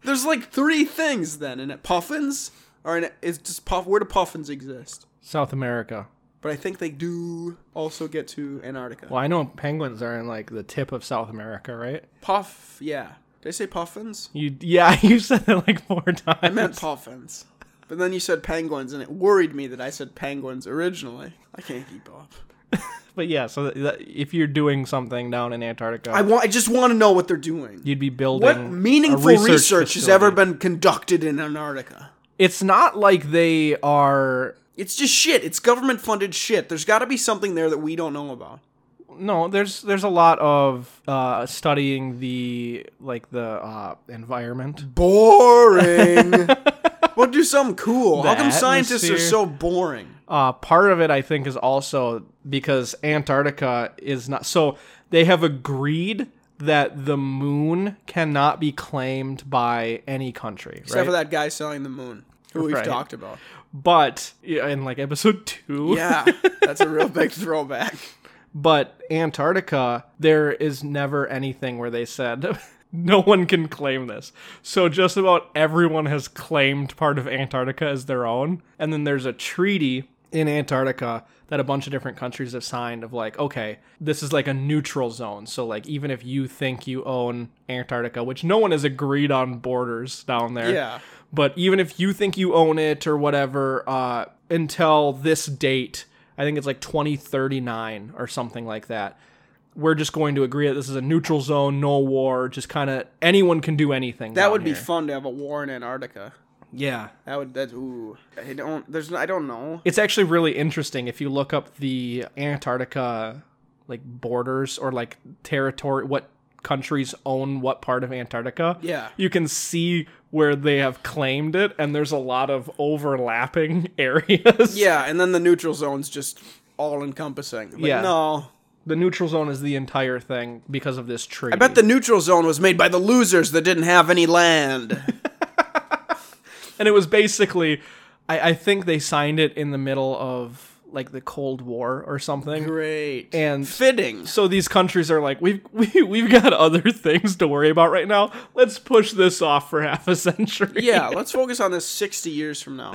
There's like three things then in it. Puffins, or in it, is just puff. Where do puffins exist? South America. But I think they do also get to Antarctica. Well, I know penguins are in like the tip of South America, right? Puff. Yeah. Did I say puffins? You yeah, you said that like four times. I meant puffins. But then you said penguins, and it worried me that I said penguins originally. I can't keep up. but yeah, so that, that- if you're doing something down in Antarctica, I want. I just want to know what they're doing. you'd be building What meaningful a research, research, has facility. ever been conducted in Antarctica? It's not like they are. It's just shit. It's government funded shit. There's got to be something there that we don't know about. No, there's there's a lot of uh, studying the like the uh, environment. Boring. well, do something cool. How The come scientists are atmosphere. so boring? Uh, part of it, I think, is also because Antarctica is not. So they have agreed that the moon cannot be claimed by any country, Except right? for that guy selling the moon, who we've Right. talked about. But yeah, in like episode two, Yeah, that's a real big throwback. But Antarctica, there is never anything where they said no one can claim this. So just about everyone has claimed part of Antarctica as their own. And then there's a treaty in Antarctica that a bunch of different countries have signed of like, okay, this is like a neutral zone. So like even if you think you own Antarctica, which no one has agreed on borders down there. Yeah. But even if you think you own it or whatever, uh, until this date, I think it's like 2039 or something like that, we're just going to agree that this is a neutral zone, no war, just kind of anyone can do anything. That down would be here. fun to have a war in Antarctica. yeah. That would that's ooh. I don't. There's I don't know. It's actually really interesting if you look up the Antarctica like borders or like territory what countries own what part of Antarctica. Yeah. You can see where they have claimed it and there's a lot of overlapping areas. Yeah, and then the neutral zone's just all encompassing. Like, Yeah. No, The neutral zone is the entire thing because of this tree. I bet the neutral zone was made by the losers that didn't have any land. and it was basically I, I think they signed it in the middle of like the Cold War or something. Great. And Fitting. so these countries are like, we've we, we've got other things to worry about right now. Let's push this off for half a century. Yeah, let's focus on this 60 years from now.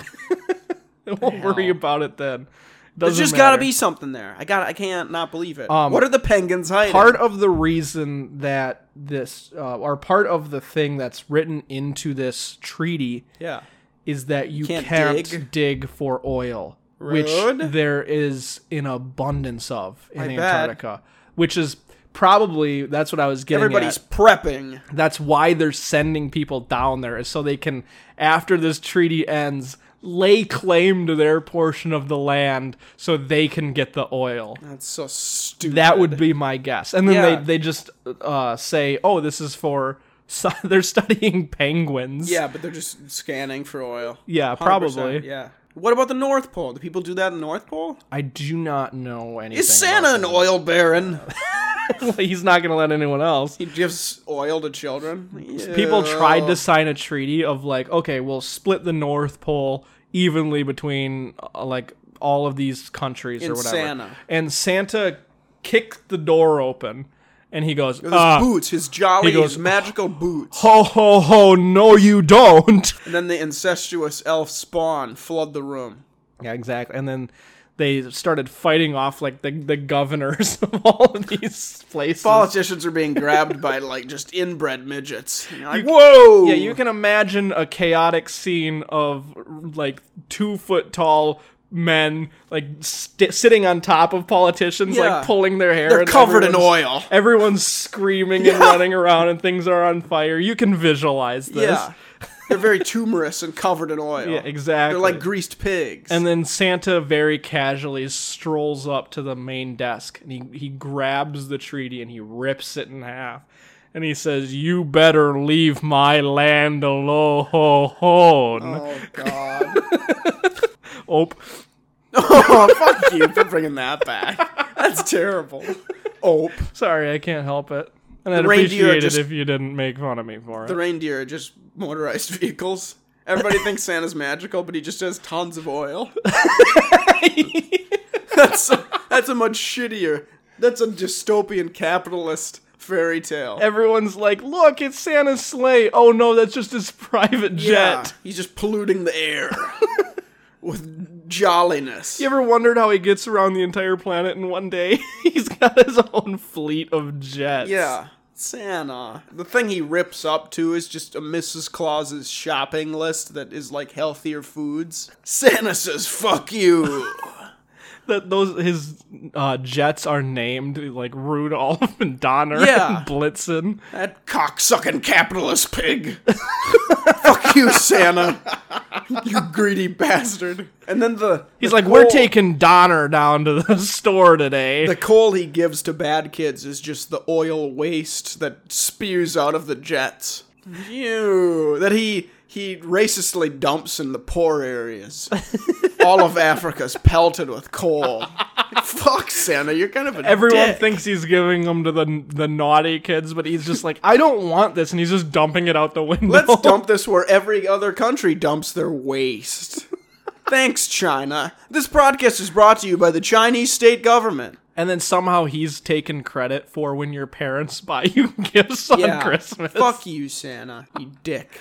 we'll worry about it then. There's Doesn't just got to matter. be something there. I got. I can't not believe it. Um, what are the penguins hiding? part of the reason that this uh, or part of the thing that's written into this treaty yeah. is that you Can't can't, dig. dig. for oil, Rude. which there is an abundance of in I bet. Antarctica, which is probably that's what I was getting. Everybody's at. prepping. That's why they're sending people down there is so they can, after this treaty ends, lay claim to their portion of the land so they can get the oil. That's so stupid. That would be my guess. And then Yeah. they they just uh, say, "Oh, this is for." So they're studying penguins. Yeah, but they're just scanning for oil. Yeah, 100%, probably. Yeah. What about the North Pole? Do people do that in North Pole? I do not know anything. Is Santa an about oil baron? that. He's not going to let anyone else. He gives oil to children. People tried to sign a treaty of like, okay, we'll split the North Pole evenly between uh, like all of these countries And or whatever. Santa. And Santa kicked the door open, and he goes, His "Ah, boots, his jolly, he goes, his magical boots. ho ho ho! No, you don't." And then the incestuous elf spawn flood the room. yeah, exactly. And then they started fighting off like the the governors of all of these places. Politicians are being grabbed by like just inbred midgets. And you're like, You- whoa! Yeah, you can imagine a chaotic scene of like two foot tall men like st- sitting on top of politicians, Yeah. like pulling their hair. They're and covered in everyone's- oil. Everyone's screaming and running around, and things are on fire. You can visualize this. Yeah. They're very tumorous and covered in oil. Yeah, exactly. They're like greased pigs. And then Santa very casually strolls up to the main desk and he, he grabs the treaty and he rips it in half. And he says, You better leave my land alone. oh god. Oh. oh fuck you for bringing that back. That's terrible. Oh, Sorry, I can't help it. And I'd reindeer appreciate just- it if you didn't make fun of me for it. the reindeer are just motorized vehicles. Everybody thinks Santa's magical, but he just has tons of oil. that's a, that's a much shittier. That's a dystopian capitalist fairy tale. Everyone's like, Look, it's Santa's sleigh. Oh no, that's just his private Yeah, jet. he's just polluting the air with jolliness. You ever wondered how he gets around the entire planet in one day? He's got his own fleet of jets. Yeah. Santa. The thing he rips up to is just a Mrs. Claus's shopping list that is like healthier foods. Santa says, fuck you. that those his uh, jets are named like Rudolph and Donner Yeah. and Blitzen. that cocksucking capitalist pig. fuck you, Santa. you greedy bastard. And then the. He's the like, we're coal- taking Donner down to the store today. The coal he gives to bad kids is just the oil waste that spews out of the jets. Ew. That he he racistly dumps in the poor areas. All of Africa's pelted with coal. Fuck Santa, you're kind of a Everyone dick. thinks he's giving them to the the naughty kids, but he's just like, I don't want this, and he's just dumping it out the window. Let's dump this where every other country dumps their waste. Thanks, China. This broadcast is brought to you by the Chinese state government. And then somehow he's taken credit for when your parents buy you gifts on Christmas. Fuck you, Santa. You dick.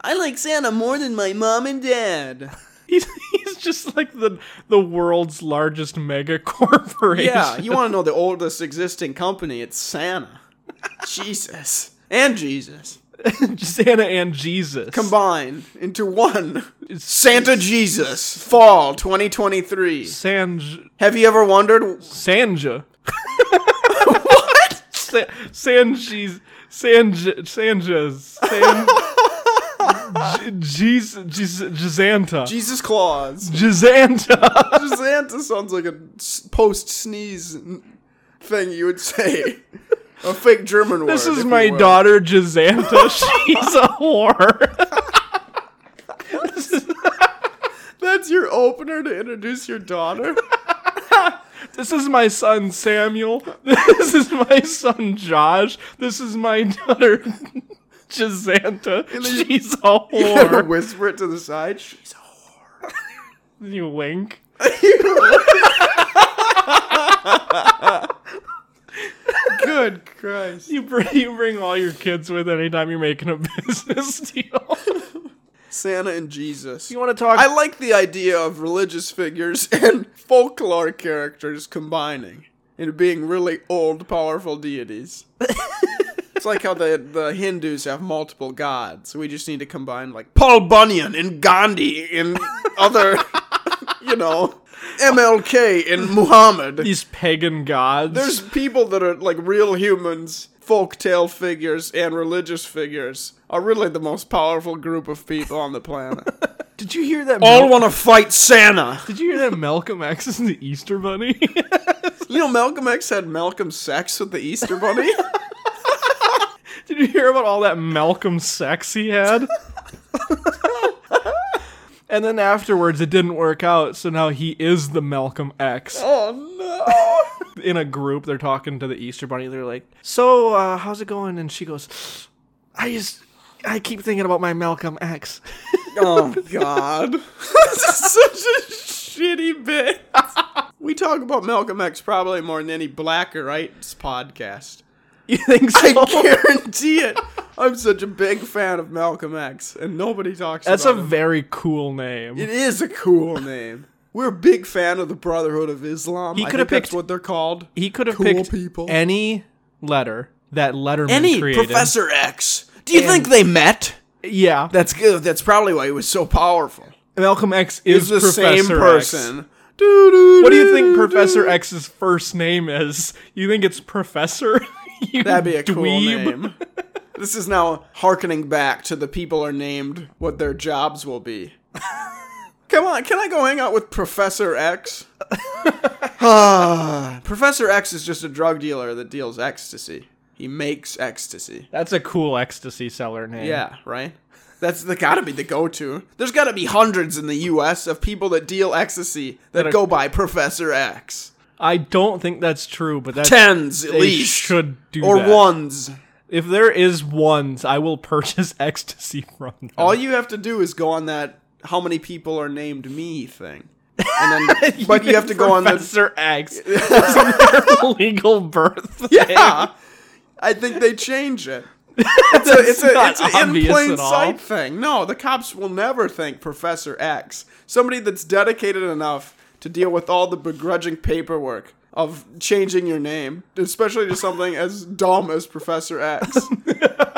I like Santa more than my mom and dad. He's, he's just like the the world's largest mega corporation. Yeah, you want to know the oldest existing company? It's Santa. Jesus. And Jesus. Santa and Jesus. Combined into one. Santa Jesus. Fall 2023. Sanj Have you ever wondered Sanja. what? Sanji's Sanja Sanja's San Jesus Jizanta. Jesus Claus? Jizanta. Santa sounds like a post sneeze thing you would say. A fake German word. This is if you my will. daughter Jizanta. She's a whore. That's your opener to introduce your daughter? This is my son Samuel. This is my son Josh. This is my daughter Jizanta. She's a whore. whisper it to the side. She's You wink. good Christ. You bring, you bring all your kids with anytime you're making a business deal. Santa and Jesus. You want to talk? I like the idea of religious figures and folklore characters combining into being really old, powerful deities. it's like how the, the Hindus have multiple gods. We just need to combine, like, Paul Bunyan and Gandhi and other, you know, MLK and Muhammad. these pagan gods. There's people that are like real humans, folktale figures, and religious figures are really the most powerful group of people on the planet. did you hear that? All Mal- want to fight Santa. did you hear that Malcolm X is the Easter Bunny? You know, Malcolm X had Malcolm sex with the Easter Bunny. did you hear about all that Malcolm sex he had? and then afterwards, it didn't work out. So now he is the Malcolm X. oh no! in a group they're talking to the easter bunny they're like so uh, how's it going and she goes i just i keep thinking about my malcolm x Oh God! this is such a shitty bit. we talk about Malcolm X probably more than any black or whites podcast. you think I so guarantee it. I'm such a big fan of Malcolm X, and nobody talks. that's a about him. very cool name It is a cool name. We're a big fan of the Brotherhood of Islam. He I coulda think that's picked- what they're called. he could have Cool picked people. any letter that letterman Any created Professor X. Do you think they met? yeah That's good. That's probably why he was so powerful. malcolm x Is is the professor same X. person. Doo-doo-doo-doo. what do you think professor x's first name is you think it's professor You That'd be a cool dweeb. name. This is now harkening back to the people are named what their jobs will be. Come on, can I go hang out with Professor X? Ah, Professor X is just a drug dealer that deals ecstasy. He makes ecstasy. that's a cool ecstasy seller name Yeah, right? That's the, gotta be the go to. There's gotta be hundreds in the US of people that deal ecstasy that That are- go by Professor X. i don't think that's true but that's Tens, at They least. should do or that. ones. If there is ones, I will purchase ecstasy from them. All you have to do is go on that how many people are named me thing. And then, but you have to go on the. Professor X. That's their legal birth. Yeah! I think they change it. It's a, it's a, not it's a in obvious plain at all. sight thing. No, the cops will never think Professor X. Somebody that's dedicated enough to deal with all the begrudging paperwork of changing your name, especially to something as dumb as Professor X,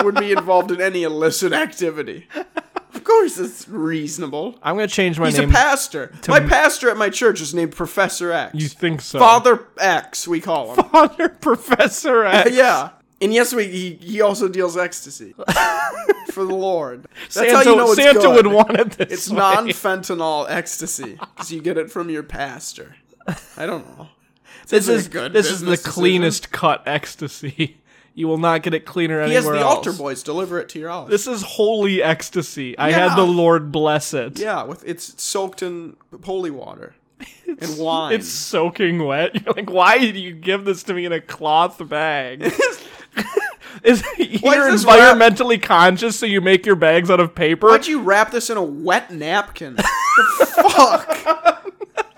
would be involved in any illicit activity. Of course, it's reasonable. I'm gonna change my He's name. a pastor. My pastor at my church is named Professor X. you think so? Father X, we call him. Father Professor X. yeah. And yes, we, he, he also deals ecstasy for the Lord. That's Santa, how you know it's Santa good. would want it this It's way. non fentanyl ecstasy because you get it from your pastor. I don't know. This like a is good This is the business decision. cleanest cut ecstasy. You will not get it cleaner He anywhere has the else. altar boys deliver it to your house. This is holy ecstasy. I had Yeah. the Lord bless it. yeah, with it's soaked in holy water and wine. It's soaking wet. You're like, why did you give this to me in a cloth bag? is you're this environmentally conscious, so you make your bags out of paper? Why'd you wrap this in a wet napkin? Fuck.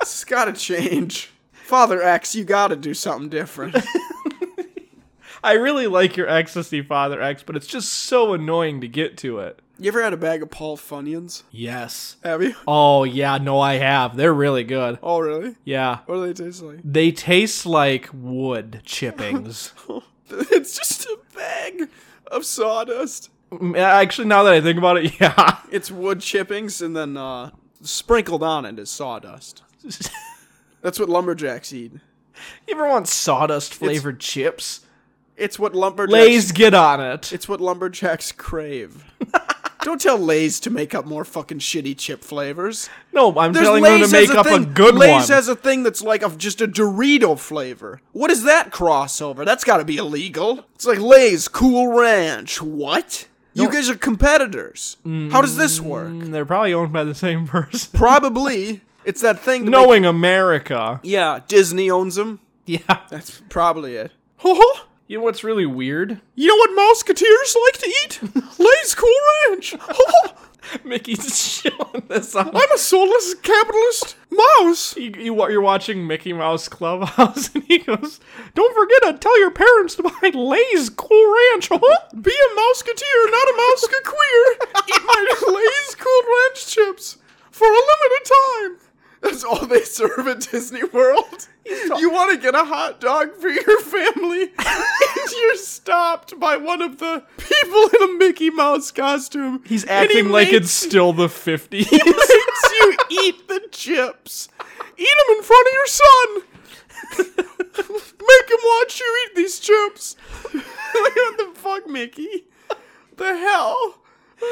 It's gotta change. Father X, you gotta do something different. I really like your ecstasy, Father X, but it's just so annoying to get to it. You ever had a bag of Paul Funyuns? Yes. Have you? Oh yeah, no, I have. They're really good. Oh, really? Yeah. What do they taste like? They taste like wood chippings. It's just a bag of sawdust. Mm, Actually, now that I think about it, yeah. It's wood chippings and then uh, sprinkled on it is sawdust. That's what lumberjacks eat. you ever want sawdust flavored chips? It's what lumberjacks. Lays, get on it. It's what lumberjacks crave. Don't tell Lay's to make up more fucking shitty chip flavors. No, I'm There's telling Lay's you to make has a up thing, a good Lay's one. has a thing that's like of just a Dorito flavor. What is that crossover? That's got to be illegal. It's like Lay's Cool Ranch. What? You guys are competitors. How does this work? Mm, They're probably owned by the same person. Probably it's that thing. to make- Knowing America. yeah, Disney owns them. Yeah. That's probably it. You know what's really weird? You know what Musketeers like to eat? Lay's Cool Ranch. Mickey's showing this on. I'm a soulless capitalist mouse. You, you, wa- you're watching Mickey Mouse Clubhouse, and he goes, Don't forget to tell your parents to buy Lay's Cool Ranch. Be a mouseketeer, not a mouseketeer. Eat my Lay's Cool Ranch chips for a limited time. That's all they serve at Disney World. You want to get a hot dog for your family, and you're stopped by one of the people in a Mickey Mouse costume. He's And he acting like makes- it's still the 50s. makes you eat the chips. Eat them in front of your son. Make him watch you eat these chips. what the fuck, Mickey? The hell?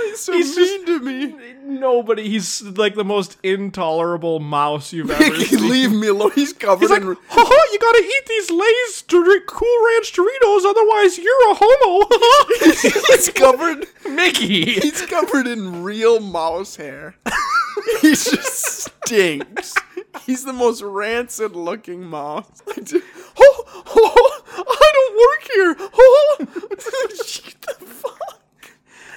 He's so He's mean to me. Nobody. He's like the most intolerable mouse you've ever seen. leave me alone. He's covered He's like, haha, you gotta eat these Lay's Dor- Cool Ranch Doritos, otherwise you're a homo. he's covered. Mickey. He's covered in real mouse hair. he just stinks. He's the most rancid looking mouse. I do- oh, oh, I don't work here. Oh, Shit, the fuck?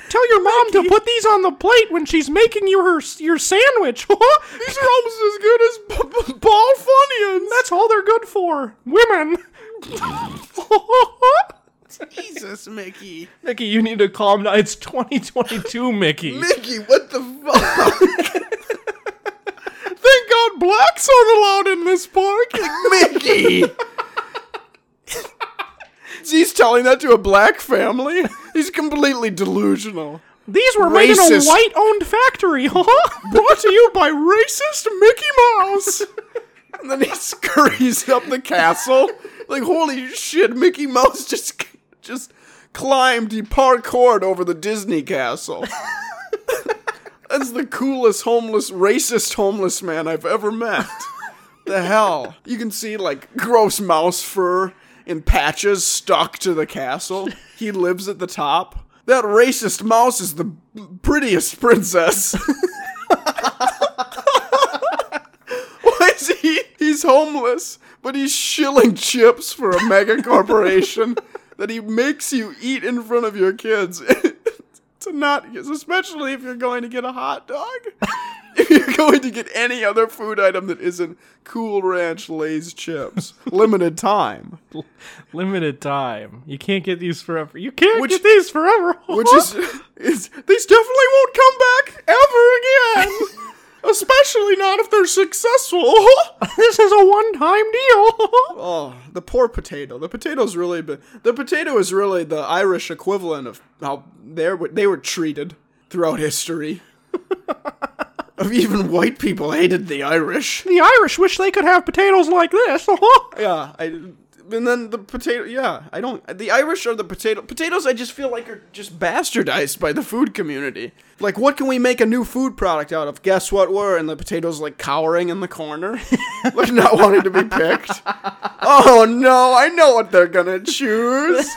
Tell your mom to put these on the plate when she's making you her your sandwich. These are almost as good as b- b- ball funions. That's all they're good for. Women. Jesus, Mickey. Mickey, you need to calm down. It's 2022, Mickey. Mickey, what the fuck? Thank God blacks aren't allowed in this park. Mickey! He's telling that to a black family? He's completely delusional. These were made in a Racist. white-owned factory. Brought to you by racist Mickey Mouse! And then he scurries up the castle. Like, holy shit, Mickey Mouse just just climbed, he parkoured over the Disney castle. That's the coolest homeless, racist homeless man I've ever met. the hell? You can see like gross mouse fur in patches stuck to the castle. He lives at the top. That racist mouse is the prettiest princess. Why is he? He's homeless, but he's shilling chips for a mega corporation that he makes you eat in front of your kids. to not, especially if you're going to get a hot dog. if you're going to get any other food item that isn't Cool Ranch Lay's chips, limited time, Limited time. You can't get these forever. You can't Which- get these forever. which is, is these definitely won't come back ever again. Especially not if they're successful. this is a one-time deal. Oh, the poor potato. The potato's really been. The potato is really the Irish equivalent of how they were, they were treated throughout history. of even white people hated the Irish. the Irish wish they could have potatoes like this. Yeah, I. And then the potato. Yeah, I don't. The Irish are the potato. Potatoes, I just feel like are just bastardized by the food community. Like, what can we make a new food product out of? Guess what? We're and the potatoes like cowering in the corner, like not wanting to be picked. Oh no! I know what they're gonna choose.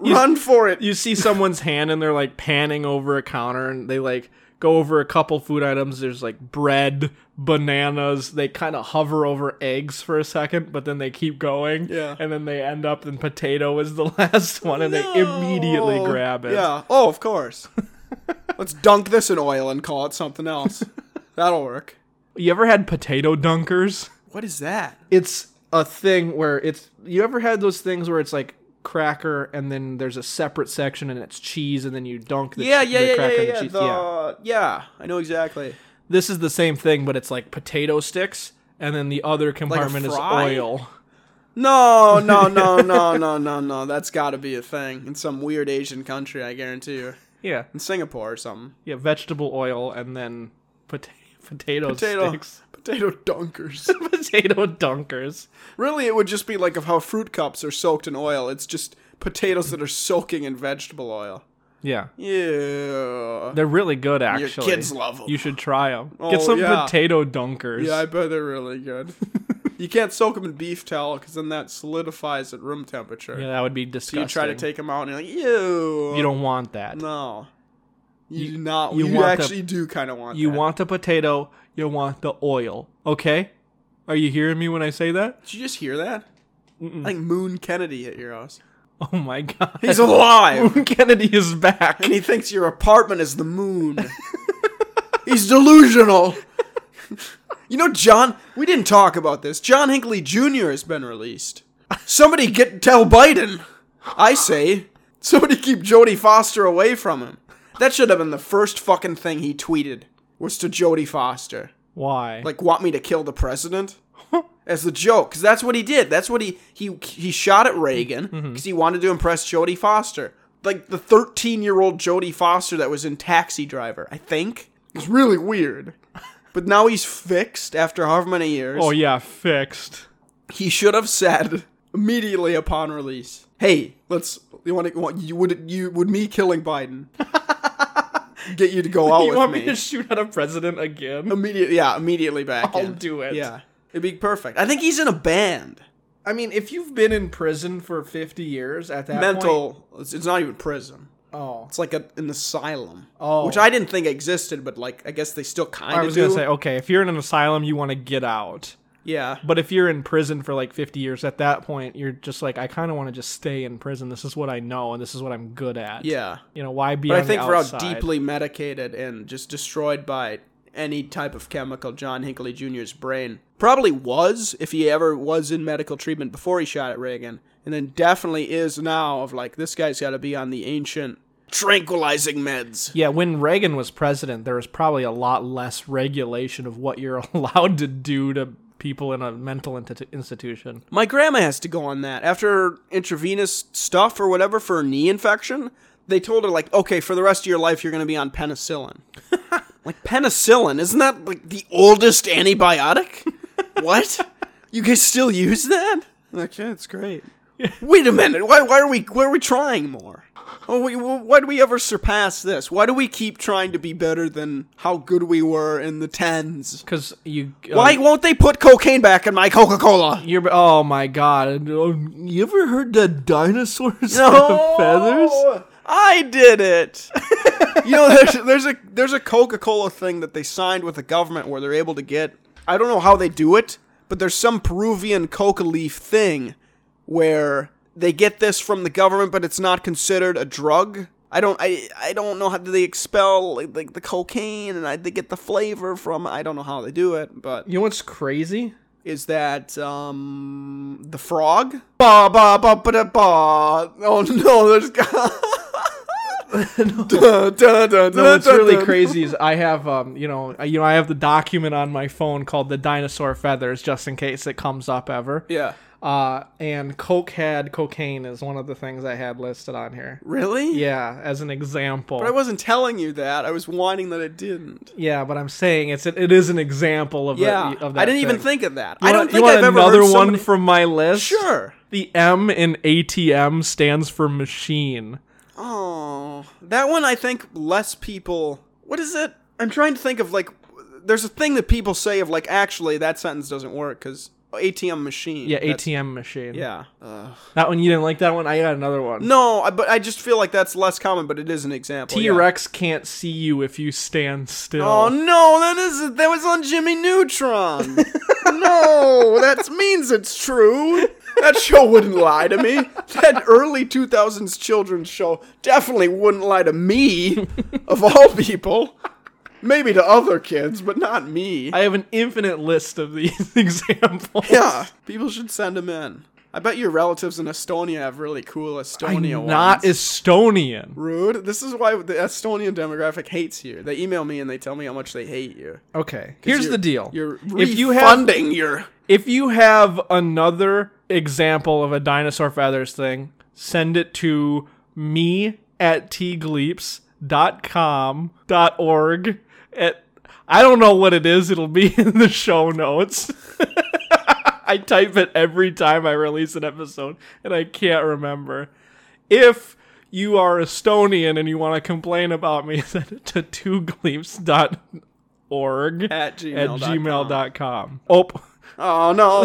Run for it! you see someone's hand and they're like panning over a counter and they like go over a couple food items. There's like bread, bananas. They kind of hover over eggs for a second, but then they keep going. Yeah. And then they end up and potato is the last one and they immediately Oh, grab it. Yeah. Oh, of course. Let's dunk this in oil and call it something else. That'll work. You ever had potato dunkers? What is that? It's a thing where it's you ever had those things where it's like cracker and then there's a separate section and it's cheese and then you dunk the Yeah, che- yeah, the yeah, yeah, cracker yeah, and yeah. cheese. The, yeah, I know exactly. This is the same thing, but it's like potato sticks, and then the other compartment is fry? oil. No, no, no, no, no, no, no. That's got to be a thing in some weird Asian country. I guarantee you, Yeah, in Singapore or something. yeah, vegetable oil, and then pota- potato Potato, sticks, potato dunkers. potato dunkers. really, it would just be like of how fruit cups are soaked in oil. It's just potatoes that are soaking in vegetable oil. Yeah, Yeah. they're really good. Actually, kids love 'em. You should try them. Oh, Get some yeah. potato dunkers. Yeah, I bet they're really good. you can't soak them in beef tallow because then that solidifies at room temperature. Yeah, that would be so disgusting. you try to take them out and you're like, ew. You don't want that. No. You, do not. you You, want the- actually do kind of want You that. want the potato. You want the oil. Okay. Are you hearing me when I say that? Did you just hear that? Like Moon Kennedy at your house. Oh my god. He's alive! Kennedy is back. and he thinks your apartment is the moon. He's delusional. you know, John, we didn't talk about this. John Hinckley Jr. has been released. Somebody get tell Biden. I say, somebody keep Jodie Foster away from him. That should have been the first fucking thing he tweeted was to Jodie Foster. Why? Like, want me to kill the president? As a joke, because that's what he did. That's what he he he shot at Reagan because Mm-hmm. he wanted to impress Jodie Foster, like the thirteen-year-old Jodie Foster that was in Taxi Driver. I think it's really weird, but now he's fixed after however many years. Oh yeah, fixed. He should have said immediately upon release, "Hey, let's you want to you would you would me killing Biden get you to go out you with want me? me to shoot at a president again? immediately, yeah, immediately back. I'll in. do it. Yeah, it'd be perfect. I think he's in a band. I mean, if you've been in prison for 50 years at that point- Mental. It's, it's not even prison. Oh. It's like a, an asylum. Oh. which I didn't think existed, but like I guess they still kind I of was do. going to say, oh, okay, if you're in an asylum, you want to get out. yeah, But if you're in prison for like 50 years at that point, you're just like, I kind of want to just stay in prison. This is what I know and this is what I'm good at. yeah. You know, why be But on I think the for how outside? deeply medicated and just destroyed by any type of chemical John Hinckley Jr.'s brain probably was if he ever was in medical treatment before he shot at Reagan, and then definitely is now of like this guy's got to be on the ancient tranquilizing meds. Yeah, when Reagan was president, there was probably a lot less regulation of what you're allowed to do to people in a mental inti- institution. My grandma has to go on that after intravenous stuff or whatever for a knee infection. They told her like, okay, for the rest of your life, you're going to be on penicillin. like penicillin, isn't that like the oldest antibiotic? what? You guys still use that? Like, yeah, it's great. Wait a minute. Why? Why are we? Why are we trying more? Oh, we, why do we ever surpass this? Why do we keep trying to be better than how good we were in the tens? Because you. uh, Why won't they put cocaine back in my Coca Cola? You're, oh my god. Um, You ever heard the dinosaurs No! with the feathers? I did it. you know, there's, there's a there's a Coca Cola thing that they signed with the government where they're able to get. I don't know how they do it, but there's some Peruvian coca leaf thing where they get this from the government, but it's not considered a drug. I don't I, I don't know how do they expel like, like the cocaine and I, they get the flavor from. I don't know how they do it, but You know what's crazy? is that um the frog? Ba ba ba ba da ba. Oh no, there's. Da, da, da, No, da, what's da, really da. crazy is I have, um, you know, I- you know, I have the document on my phone called the dinosaur feathers, just in case it comes up ever. Yeah. Uh, and coke had cocaine is one of the things I had listed on here. Really? Yeah, as an example. But I wasn't telling you that. I was whining that it didn't. yeah, but I'm saying it's it is an example of Yeah. A, of that I didn't even thing. think of that. You I don't want- think you want I've ever another heard one somebody- from my list. Sure. The M in ATM stands for machine. Oh, that one I think less people. What is it? I'm trying to think of like. There's a thing that people say of like actually that sentence doesn't work because ATM machine. Yeah, That's- ATM machine. Yeah. That one you didn't like that one? I got another one. No, I- but I just feel like that's less common, but it is an example. T yeah. Rex can't see you if you stand still. Oh no, that is that was on Jimmy Neutron. no, that means it's true. That show wouldn't lie to me. That early 2000s children's show definitely wouldn't lie to me, of all people. Maybe to other kids, but not me. I have an infinite list of these examples. yeah, people should send them in. I bet your relatives in Estonia have really cool I'm Estonia ones. not Estonian. rude. This is why the Estonian demographic hates you. They email me and they tell me how much they hate you. Okay. Here's You're- the deal. You're if you have refunding your if you have another example of a dinosaur feathers thing, send it to me at tgleeps.com dot org at I don't know what it is, it'll be in the show notes. I type it every time I release an episode and I can't remember. If you are Estonian and you want to complain about me, send it to twogleeps.org at gmail. at gmail.com. Oh, Oh no.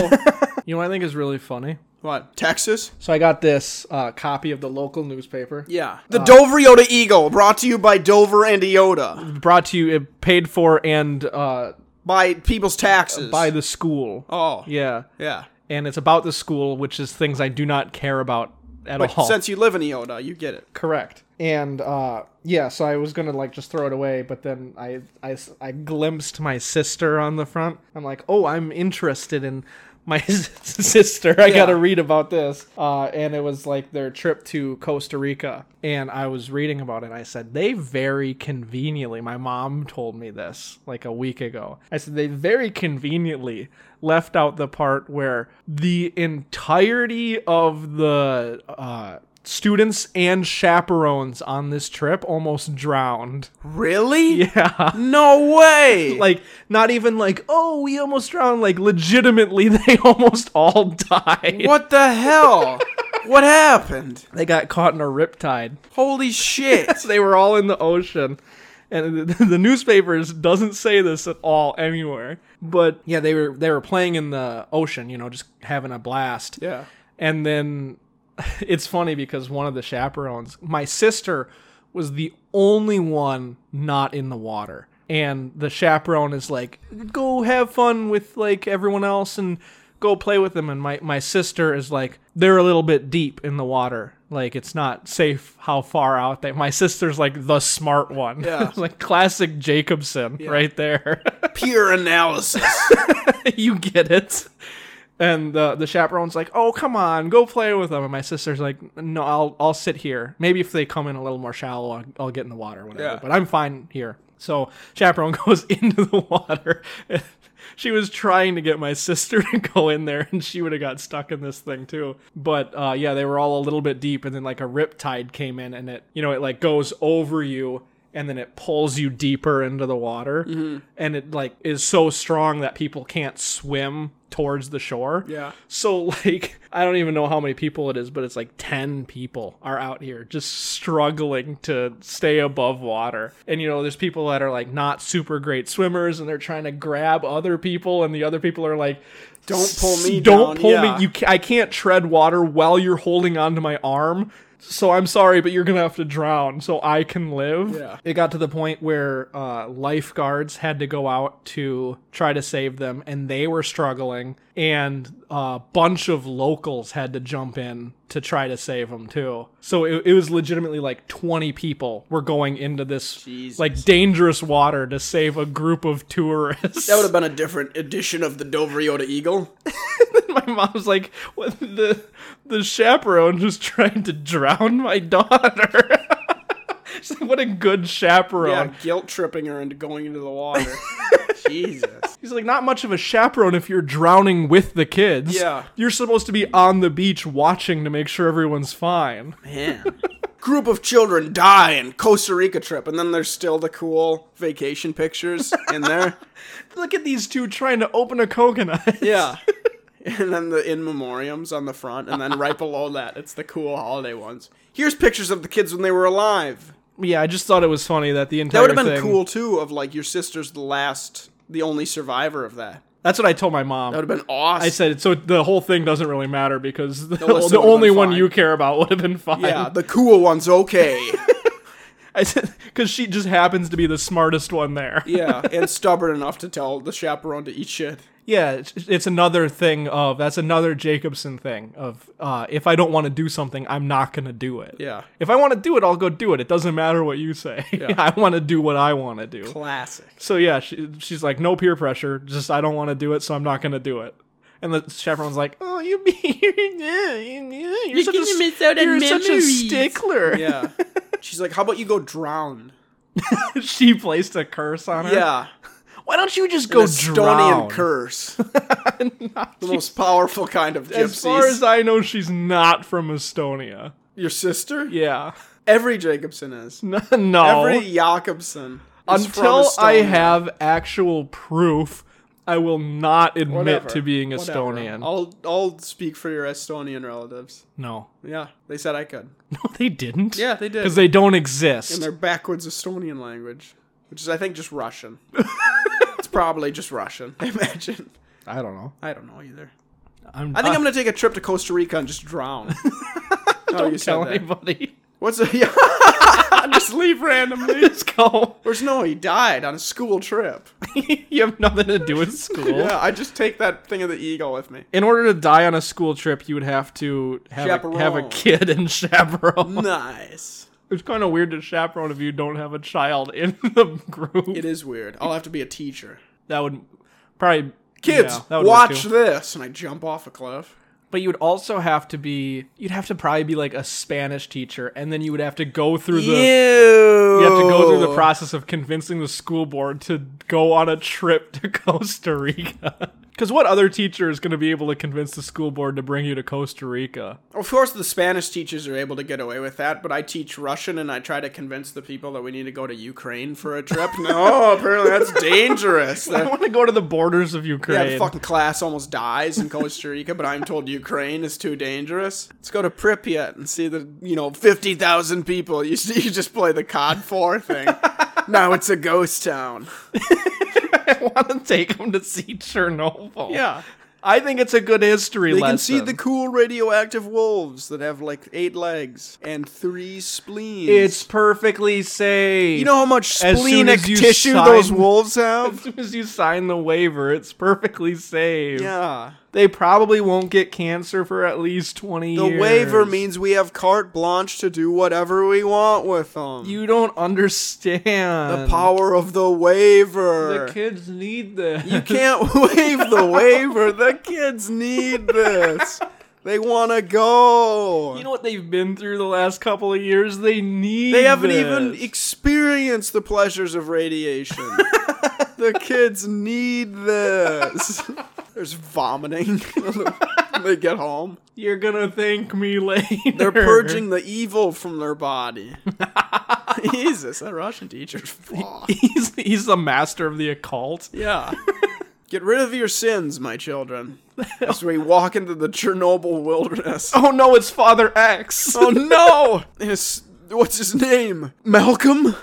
you know what I think is really funny? what? Texas? So I got this uh, copy of the local newspaper. Yeah. Uh, The Dover Yoda Eagle, brought to you by Dover and Iota. Brought to you, it paid for and uh, By people's taxes. by the school. Oh. Yeah. Yeah. Yeah. And it's about the school, which is things I do not care about at But all. since you live in Iota, you get it. Correct. And uh, yeah, so I was gonna like just throw it away, but then I, I s- I glimpsed my sister on the front. I'm like, oh, I'm interested in my sister. I gotta read about this. Uh, and it was like their trip to Costa Rica, and I was reading about it. and I said they very conveniently. My mom told me this like a week ago. I said they very conveniently left out the part where the entirety of the uh students and chaperones on this trip almost drowned. Really? Yeah. No way. Like, not even like, oh, we almost drowned. Like, legitimately, they almost all died. what the hell? what happened? They got caught in a riptide. Holy shit. They were all in the ocean. And the, the newspapers doesn't say this at all anywhere. But yeah, they were they were playing in the ocean, you know, just having a blast. yeah. And then it's funny because one of the chaperones, my sister, was the only one not in the water. And the chaperone is like, go have fun with like everyone else and go play with them. And my, my sister is like, they're a little bit deep in the water. Like it's not safe how far out they. My sister's like the smart one, Yeah. like classic Jacobson right there. Pure analysis. you get it. And uh, the the chaperone's like, "Oh, come on, go play with them." And my sister's like, "No, I'll I'll sit here. Maybe if they come in a little more shallow, I'll, I'll get in the water, or whatever. Yeah. But I'm fine here." So chaperone goes into the water. And she was trying to get my sister to go in there, and she would have got stuck in this thing too. But uh, yeah, they were all a little bit deep, and then like a rip tide came in, and it you know it like goes over you, and then it pulls you deeper into the water Mm-hmm. and it like is so strong that people can't swim towards the shore Yeah. so like i don't even know how many people it is but it's like 10 people are out here just struggling to stay above water and you know there's people that are like not super great swimmers and they're trying to grab other people and the other people are like Don't pull me "S- down," don't pull yeah. me you ca- i can't tread water while you're holding onto my arm so i'm sorry but you're gonna have to drown so i can live Yeah. it got to the point where uh, lifeguards had to go out to try to save them, and they were struggling. And a bunch of locals had to jump in to try to save them too. So it, it was legitimately like 20 people were going into this like dangerous water to save a group of tourists. That would have been a different edition of the Dover Yoda Eagle. my mom's like, what, the the chaperone just tried to drown my daughter. She's like, what a good chaperone. Yeah, guilt tripping her into going into the water. Jesus. He's like, not much of a chaperone if you're drowning with the kids. Yeah. You're supposed to be on the beach watching to make sure everyone's fine. Man. Group of children die in Costa Rica trip, and then there's still the cool vacation pictures in there. Look at these two trying to open a coconut. Yeah. And then the in memoriams on the front, and then right below that, it's the cool holiday ones. Here's pictures of the kids when they were alive. yeah, I just thought it was funny that the That entire would have been thing- cool too. Of like your sister's the last, the only survivor of that. That's what I told my mom. That would have been awesome. I said, so the whole thing doesn't really matter because the, list the would've been only one fine. you care about would have been fine. yeah, the cool one's okay. because she just happens to be the smartest one there. Yeah, and stubborn enough to tell the chaperone to eat shit. Yeah, it's, it's another thing of that's another Jacobson thing of uh, if I don't want to do something, I'm not gonna do it. Yeah. If I want to do it, I'll go do it. It doesn't matter what you say. I want to do what I want to do. Classic. So yeah, she, she's like, no peer pressure. Just I don't want to do it, so I'm not gonna do it. And the chaperone's like, oh, you be you're, you're, such, a, s- you're such a stickler. Yeah. She's like, how about you go drown? she placed a curse on her. Yeah. Why don't you just go drown? curse. the most powerful kind of gypsies. As far as I know, she's not from Estonia. Your sister? Yeah. Every Jacobson is. No. no. Every Jacobson. is from Until I Estonia. have actual proof, I will not admit Whatever. to being Whatever. Estonian. I'll I'll speak for your Estonian relatives. No. Yeah, they said I could. No, they didn't. Yeah, they did. Because they don't in exist. their backwards Estonian language, which is I think just Russian. it's probably just Russian. I imagine. I don't know. I don't know either. I'm, I think I'm gonna take a trip to Costa Rica and just drown. no, you said tell that. anybody. What's a, yeah? just leave randomly. Let's go. Where's no? He died on a school trip. you have nothing to do with school. Yeah, I just take that thing of the eagle with me. In order to die on a school trip, you would have to have, a, have a Chaperone. kid and chaperone. Nice. It's kind of weird to chaperone if you don't have a child in the group. It is weird. I'll have to be a teacher. that would probably Kids, yeah, that would work watch too. this, and I jump off a cliff. But you would also have to be. You'd have to probably be like a Spanish teacher, and then you would have to go through the. You have to go through the process of convincing the school board to go on a trip to Costa Rica. Because what other teacher is going to be able to convince the school board to bring you to Costa Rica? Of course, the Spanish teachers are able to get away with that, but I teach Russian and I try to convince the people that we need to go to Ukraine for a trip. No, apparently that's dangerous. I The, want to go to the borders of yeah, Ukraine. the fucking class almost dies in Costa Rica, but I'm told Ukraine is too dangerous. Let's go to Pripyat and see the, you know, 50,000 people. You, see- you just play the COD 4 thing. now it's a ghost town. I want to take them to see Chernobyl. Yeah. I think it's a good history They lesson. can see the cool radioactive wolves that have like eight legs and three spleens. It's perfectly safe. You know how much As soon splenic as you tissue sign- those wolves as have? soon as you sign the waiver, it's perfectly safe. Yeah. They probably won't get cancer for at least 20 The years. waiver means we have carte blanche to do whatever we want with them. you don't understand. the power of the waiver. The kids need this. you can't waive the waiver. The kids need this. They want to go. You know what they've been through the last couple of years? They need they haven't this. even experienced the pleasures of radiation. the kids need this. There's vomiting when they get home. You're gonna thank me later. They're purging the evil from their body. Jesus, that Russian teacher's flawed. He's, he's the master of the occult. Yeah. Get rid of your sins, my children. As we walk into the Chernobyl wilderness. Oh no, it's Father X. Oh, no! His, what's his name? Malcolm?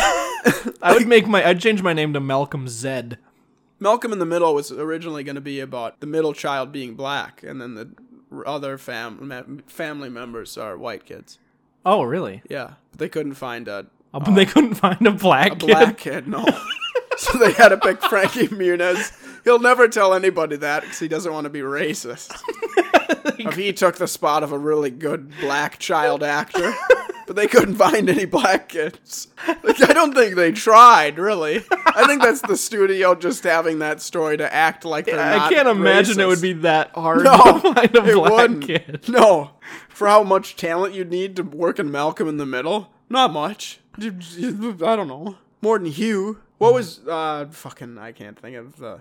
I would make my I'd change my name to Malcolm Zed. Malcolm in the Middle was originally going to be about the middle child being black, and then the other fam- ma- family members are white kids. Oh, really? Yeah. But they couldn't find a But they couldn't find a black, kid. Oh. black kid, no. so they had to pick Frankie Muniz. He'll never tell anybody that because he doesn't want to be racist. if he took the spot of a really good black child actor, but they couldn't find any black kids. Like, I don't think they tried, really. I think that's the studio just having that story to act like they're I not can't imagine it racist. would be that hard No, to find a it black wouldn't. kid. No, for how much talent you'd need to work in Malcolm in the Middle, not much. I don't know. More than Hugh. What was uh fucking? I can't think of the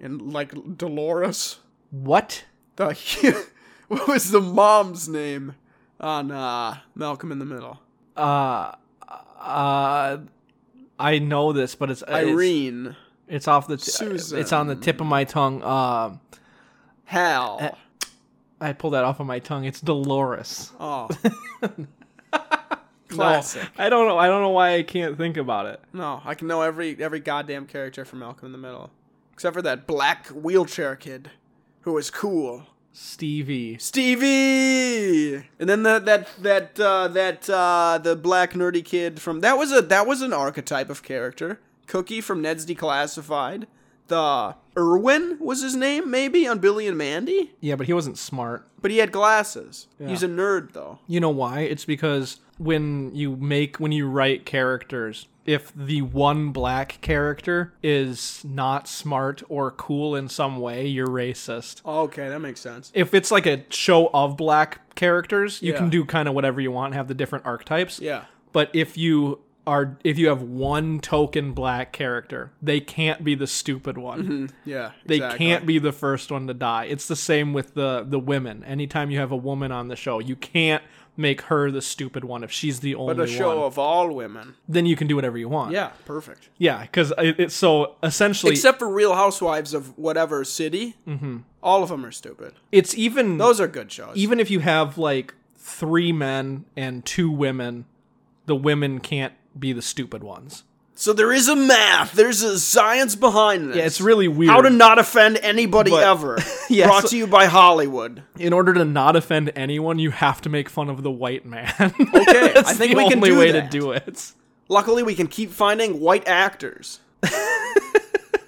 in like Dolores. What? The Hugh- what was the mom's name on uh Malcolm in the Middle? Uh, uh, I know this, but it's it's- Irene, It's, off the. T- Susan. It's on the tip of my tongue. Um, Hal. I pulled that off of my tongue. It's Dolores. Oh, No, classic. I don't know. I don't know why I can't think about it. No, I can know every every goddamn character from Malcolm in the Middle, except for that black wheelchair kid, who was cool. Stevie. Stevie, and then that that that uh, that uh, the black nerdy kid from that was a that was an archetype of character. Cookie from Ned's Declassified. The Irwin was his name, maybe on Billy and Mandy, Yeah, but he wasn't smart. but he had glasses. He's a nerd though. You know why? It's because when you make when you write characters, if the one black character is not smart or cool in some way, you're racist. Okay, that makes sense. If it's like a show of black characters, you Yeah. can do kind of whatever you want, have the different archetypes. Yeah. But if you are if you have one token black character, they can't be the stupid one. Mm-hmm. Yeah, They exactly. can't be the first one to die. It's the same with the the women. Anytime you have a woman on the show, you can't make her the stupid one if she's the only But a show one. of all women. then you can do whatever you want. Yeah, perfect. yeah. Because it's so essentially, Except for Real Housewives of whatever city, mm-hmm. all of them are stupid. it's even Those are good shows. even if you have like three men and two women, the women can't be the stupid ones. so there is a math. There's a science behind this. Yeah, it's really weird. How to not offend anybody But- ever. Yeah, Brought so- to you by Hollywood. in order to not offend anyone, you have to make fun of the white man. Okay, I think the we can only do way that. to do it. Luckily, we can keep finding white actors.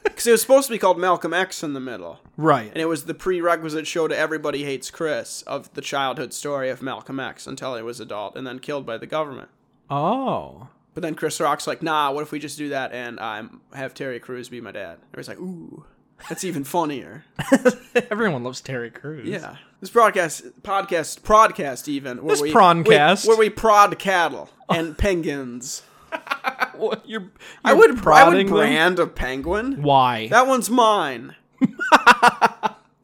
Because it was supposed to be called Malcolm X in the middle. Right. And it was the prerequisite show to Everybody Hates Chris of the childhood story of Malcolm X until he was adult and then killed by the government. oh. But then Chris Rock's like, nah, what if we just do that and um, have Terry Crews be my dad? Everybody's like, ooh, that's even funnier. Everyone loves Terry Crews. Yeah. This broadcast, podcast, podcast even. Where This we, proncast. Where, where we prod cattle and penguins. What, you're, I would, I prodding would them? brand a penguin. Why? That one's mine.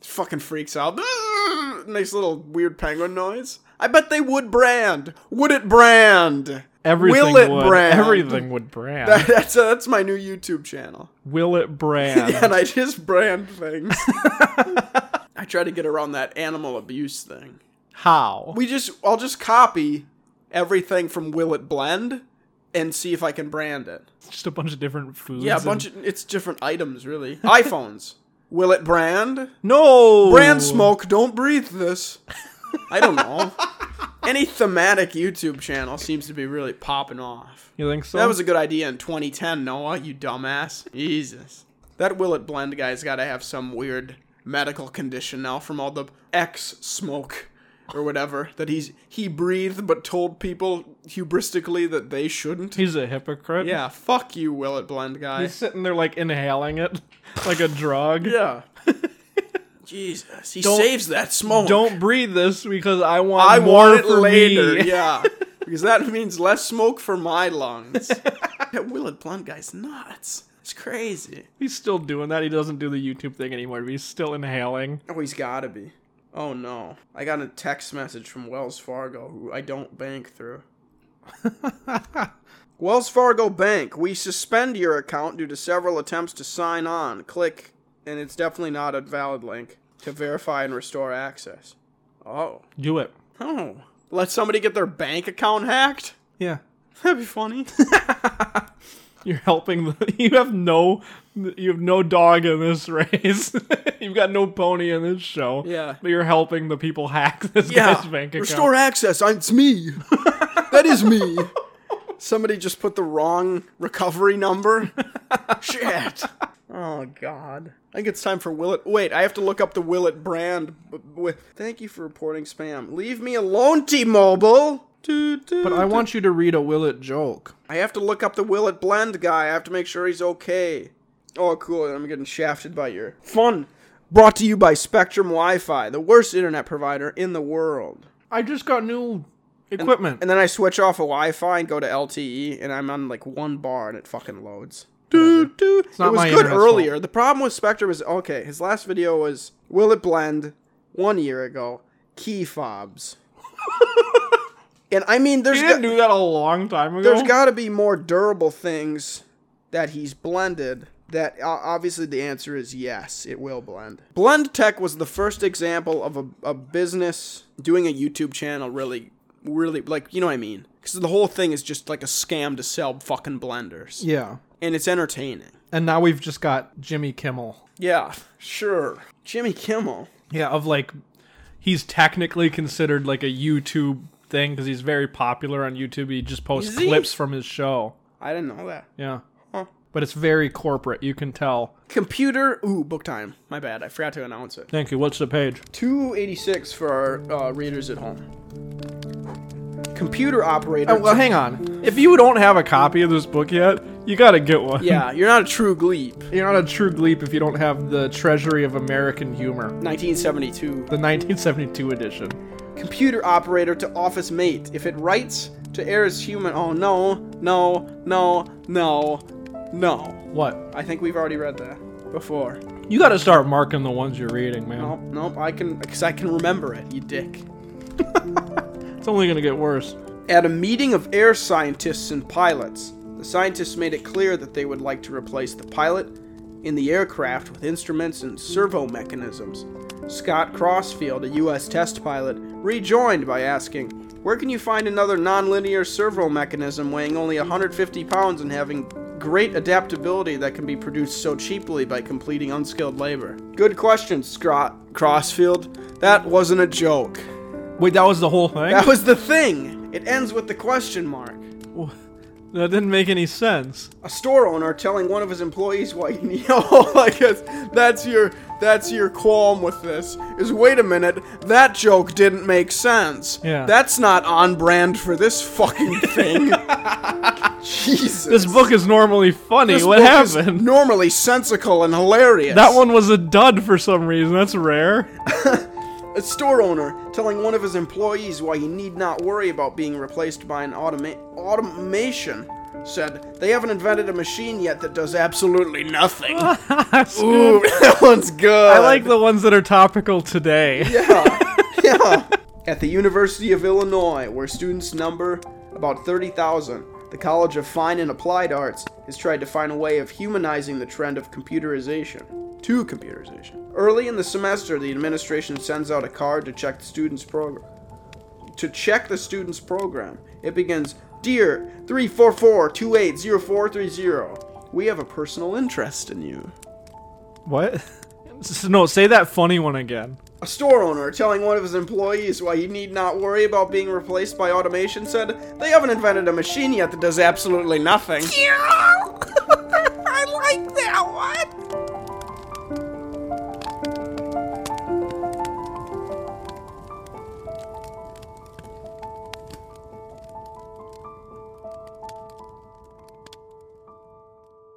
Fucking freaks out. Makes a little weird penguin noise. I bet they would brand. Would it brand? Everything Will it would. brand? Everything would brand. That's uh, that's my new YouTube channel. Will it brand? and I just brand things. I try to get around that animal abuse thing. How? We just I'll just copy everything from Will It Blend and see if I can brand it. Just a bunch of different foods. Yeah, a bunch of it's different items really. iPhones. Will it brand? no Brand smoke, don't breathe this. I don't know. Any thematic YouTube channel seems to be really popping off. You think so? That was a good idea in 2010, Noah, you dumbass. Jesus. That Will It Blend guy's got to have some weird medical condition now from all the X smoke or whatever that he's he breathed but told people hubristically that they shouldn't. He's a hypocrite. Yeah, fuck you, Will It Blend guy. He's sitting there like inhaling it, like a drug. yeah. Jesus, he saves that smoke. Don't breathe this because I want I more want it for later. me. Yeah. Because that means less smoke for my lungs. that Willard Blunt guy's nuts. It's crazy. He's still doing that. He doesn't do the YouTube thing anymore. But he's still inhaling. Oh, he's gotta be. Oh no. I got a text message from Wells Fargo, who I don't bank through. Wells Fargo Bank, we suspend your account due to several attempts to sign on. Click, and it's definitely not a valid link, to verify and restore access. Oh. Do it. Oh. Let somebody get their bank account hacked? Yeah. That'd be funny. You're helping. The, you have no, you have no dog in this race. You've got no pony in this show. Yeah. but you're helping the people hack this guy's bank account. Restore access. I, it's me. that is me. Somebody just put the wrong recovery number. Shit. Oh God. I think it's time for Willet. Wait, I have to look up the Willet brand. b- With thank you for reporting spam. Leave me alone, T-Mobile. But I want you to read a Willet joke. I have to look up the Willet Blend guy. I have to make sure he's okay. Oh, cool. I'm getting shafted by your fun. Brought to you by Spectrum Wi-Fi, the worst internet provider in the world. I just got new equipment. And then I switch off a Wi-Fi and go to LTE, and I'm on like one bar, and it fucking loads. Dude, not it was my good internet's earlier. The problem with Spectrum is okay. His last video was "Will it blend?" One year ago, key fobs. and I mean, there's he didn't go- do that a long time ago. there's got to be more durable things that he's blended. That uh, obviously the answer is yes, it will blend. Blend Tech was the first example of a, a business doing a YouTube channel really, really like you know what I mean? Because the whole thing is just like a scam to sell fucking blenders, yeah, and it's entertaining. and now we've just got Jimmy Kimmel. Yeah, sure. Jimmy Kimmel. Yeah, of like he's technically considered like a YouTube thing because he's very popular on YouTube. He just posts Is he? clips from his show. I didn't know that. Yeah. But it's very corporate, you can tell. Computer. Ooh, book time. My bad. I forgot to announce it. Thank you. What's the page? 286 for our uh, readers at home. Computer operator. Oh, well, hang on. If you don't have a copy of this book yet, you gotta get one. Yeah, you're not a true gleep. You're not a true gleep if you don't have the Treasury of American Humor, 1972. the 1972 edition. computer operator to office mate. If it writes to air as human, oh no, no, no, no, no. What? I think we've already read that before. You gotta start marking the ones you're reading, man. Nope, nope. I can, because I can remember it. You dick. It's only gonna get worse. At a meeting of air scientists and pilots, the scientists made it clear that they would like to replace the pilot in the aircraft with instruments and servo mechanisms. Scott Crossfield, a U.S. test pilot, rejoined by asking, Where can you find another nonlinear servo mechanism weighing only 150 pounds and having great adaptability that can be produced so cheaply by completing unskilled labor? Good question, Scott Crossfield. That wasn't a joke. Wait, that was the whole thing? That was the thing. It ends with the question mark. That didn't make any sense. A store owner telling one of his employees why you need. Oh, I guess that's your that's your qualm with this. Is wait a minute, that joke didn't make sense. Yeah. That's not on brand for this fucking thing. Jesus. This book is normally funny. This what book is happened? normally sensical and hilarious. that one was a dud for some reason. That's rare. A store owner telling one of his employees why he need not worry about being replaced by an automa- automation said, They haven't invented a machine yet that does absolutely nothing. Ooh, that one's good. I like the ones that are topical today. yeah. At the University of Illinois, where students number about 30,000, the College of Fine and Applied Arts has tried to find a way of humanizing the trend of computerization to computerization. Early in the semester, the administration sends out a card to check the students' program. To check the students' program, it begins, "Dear 344-280430, we have a personal interest in you." What? S- No, say that funny one again. A store owner telling one of his employees why he need not worry about being replaced by automation said, They haven't invented a machine yet that does absolutely nothing. I like that one.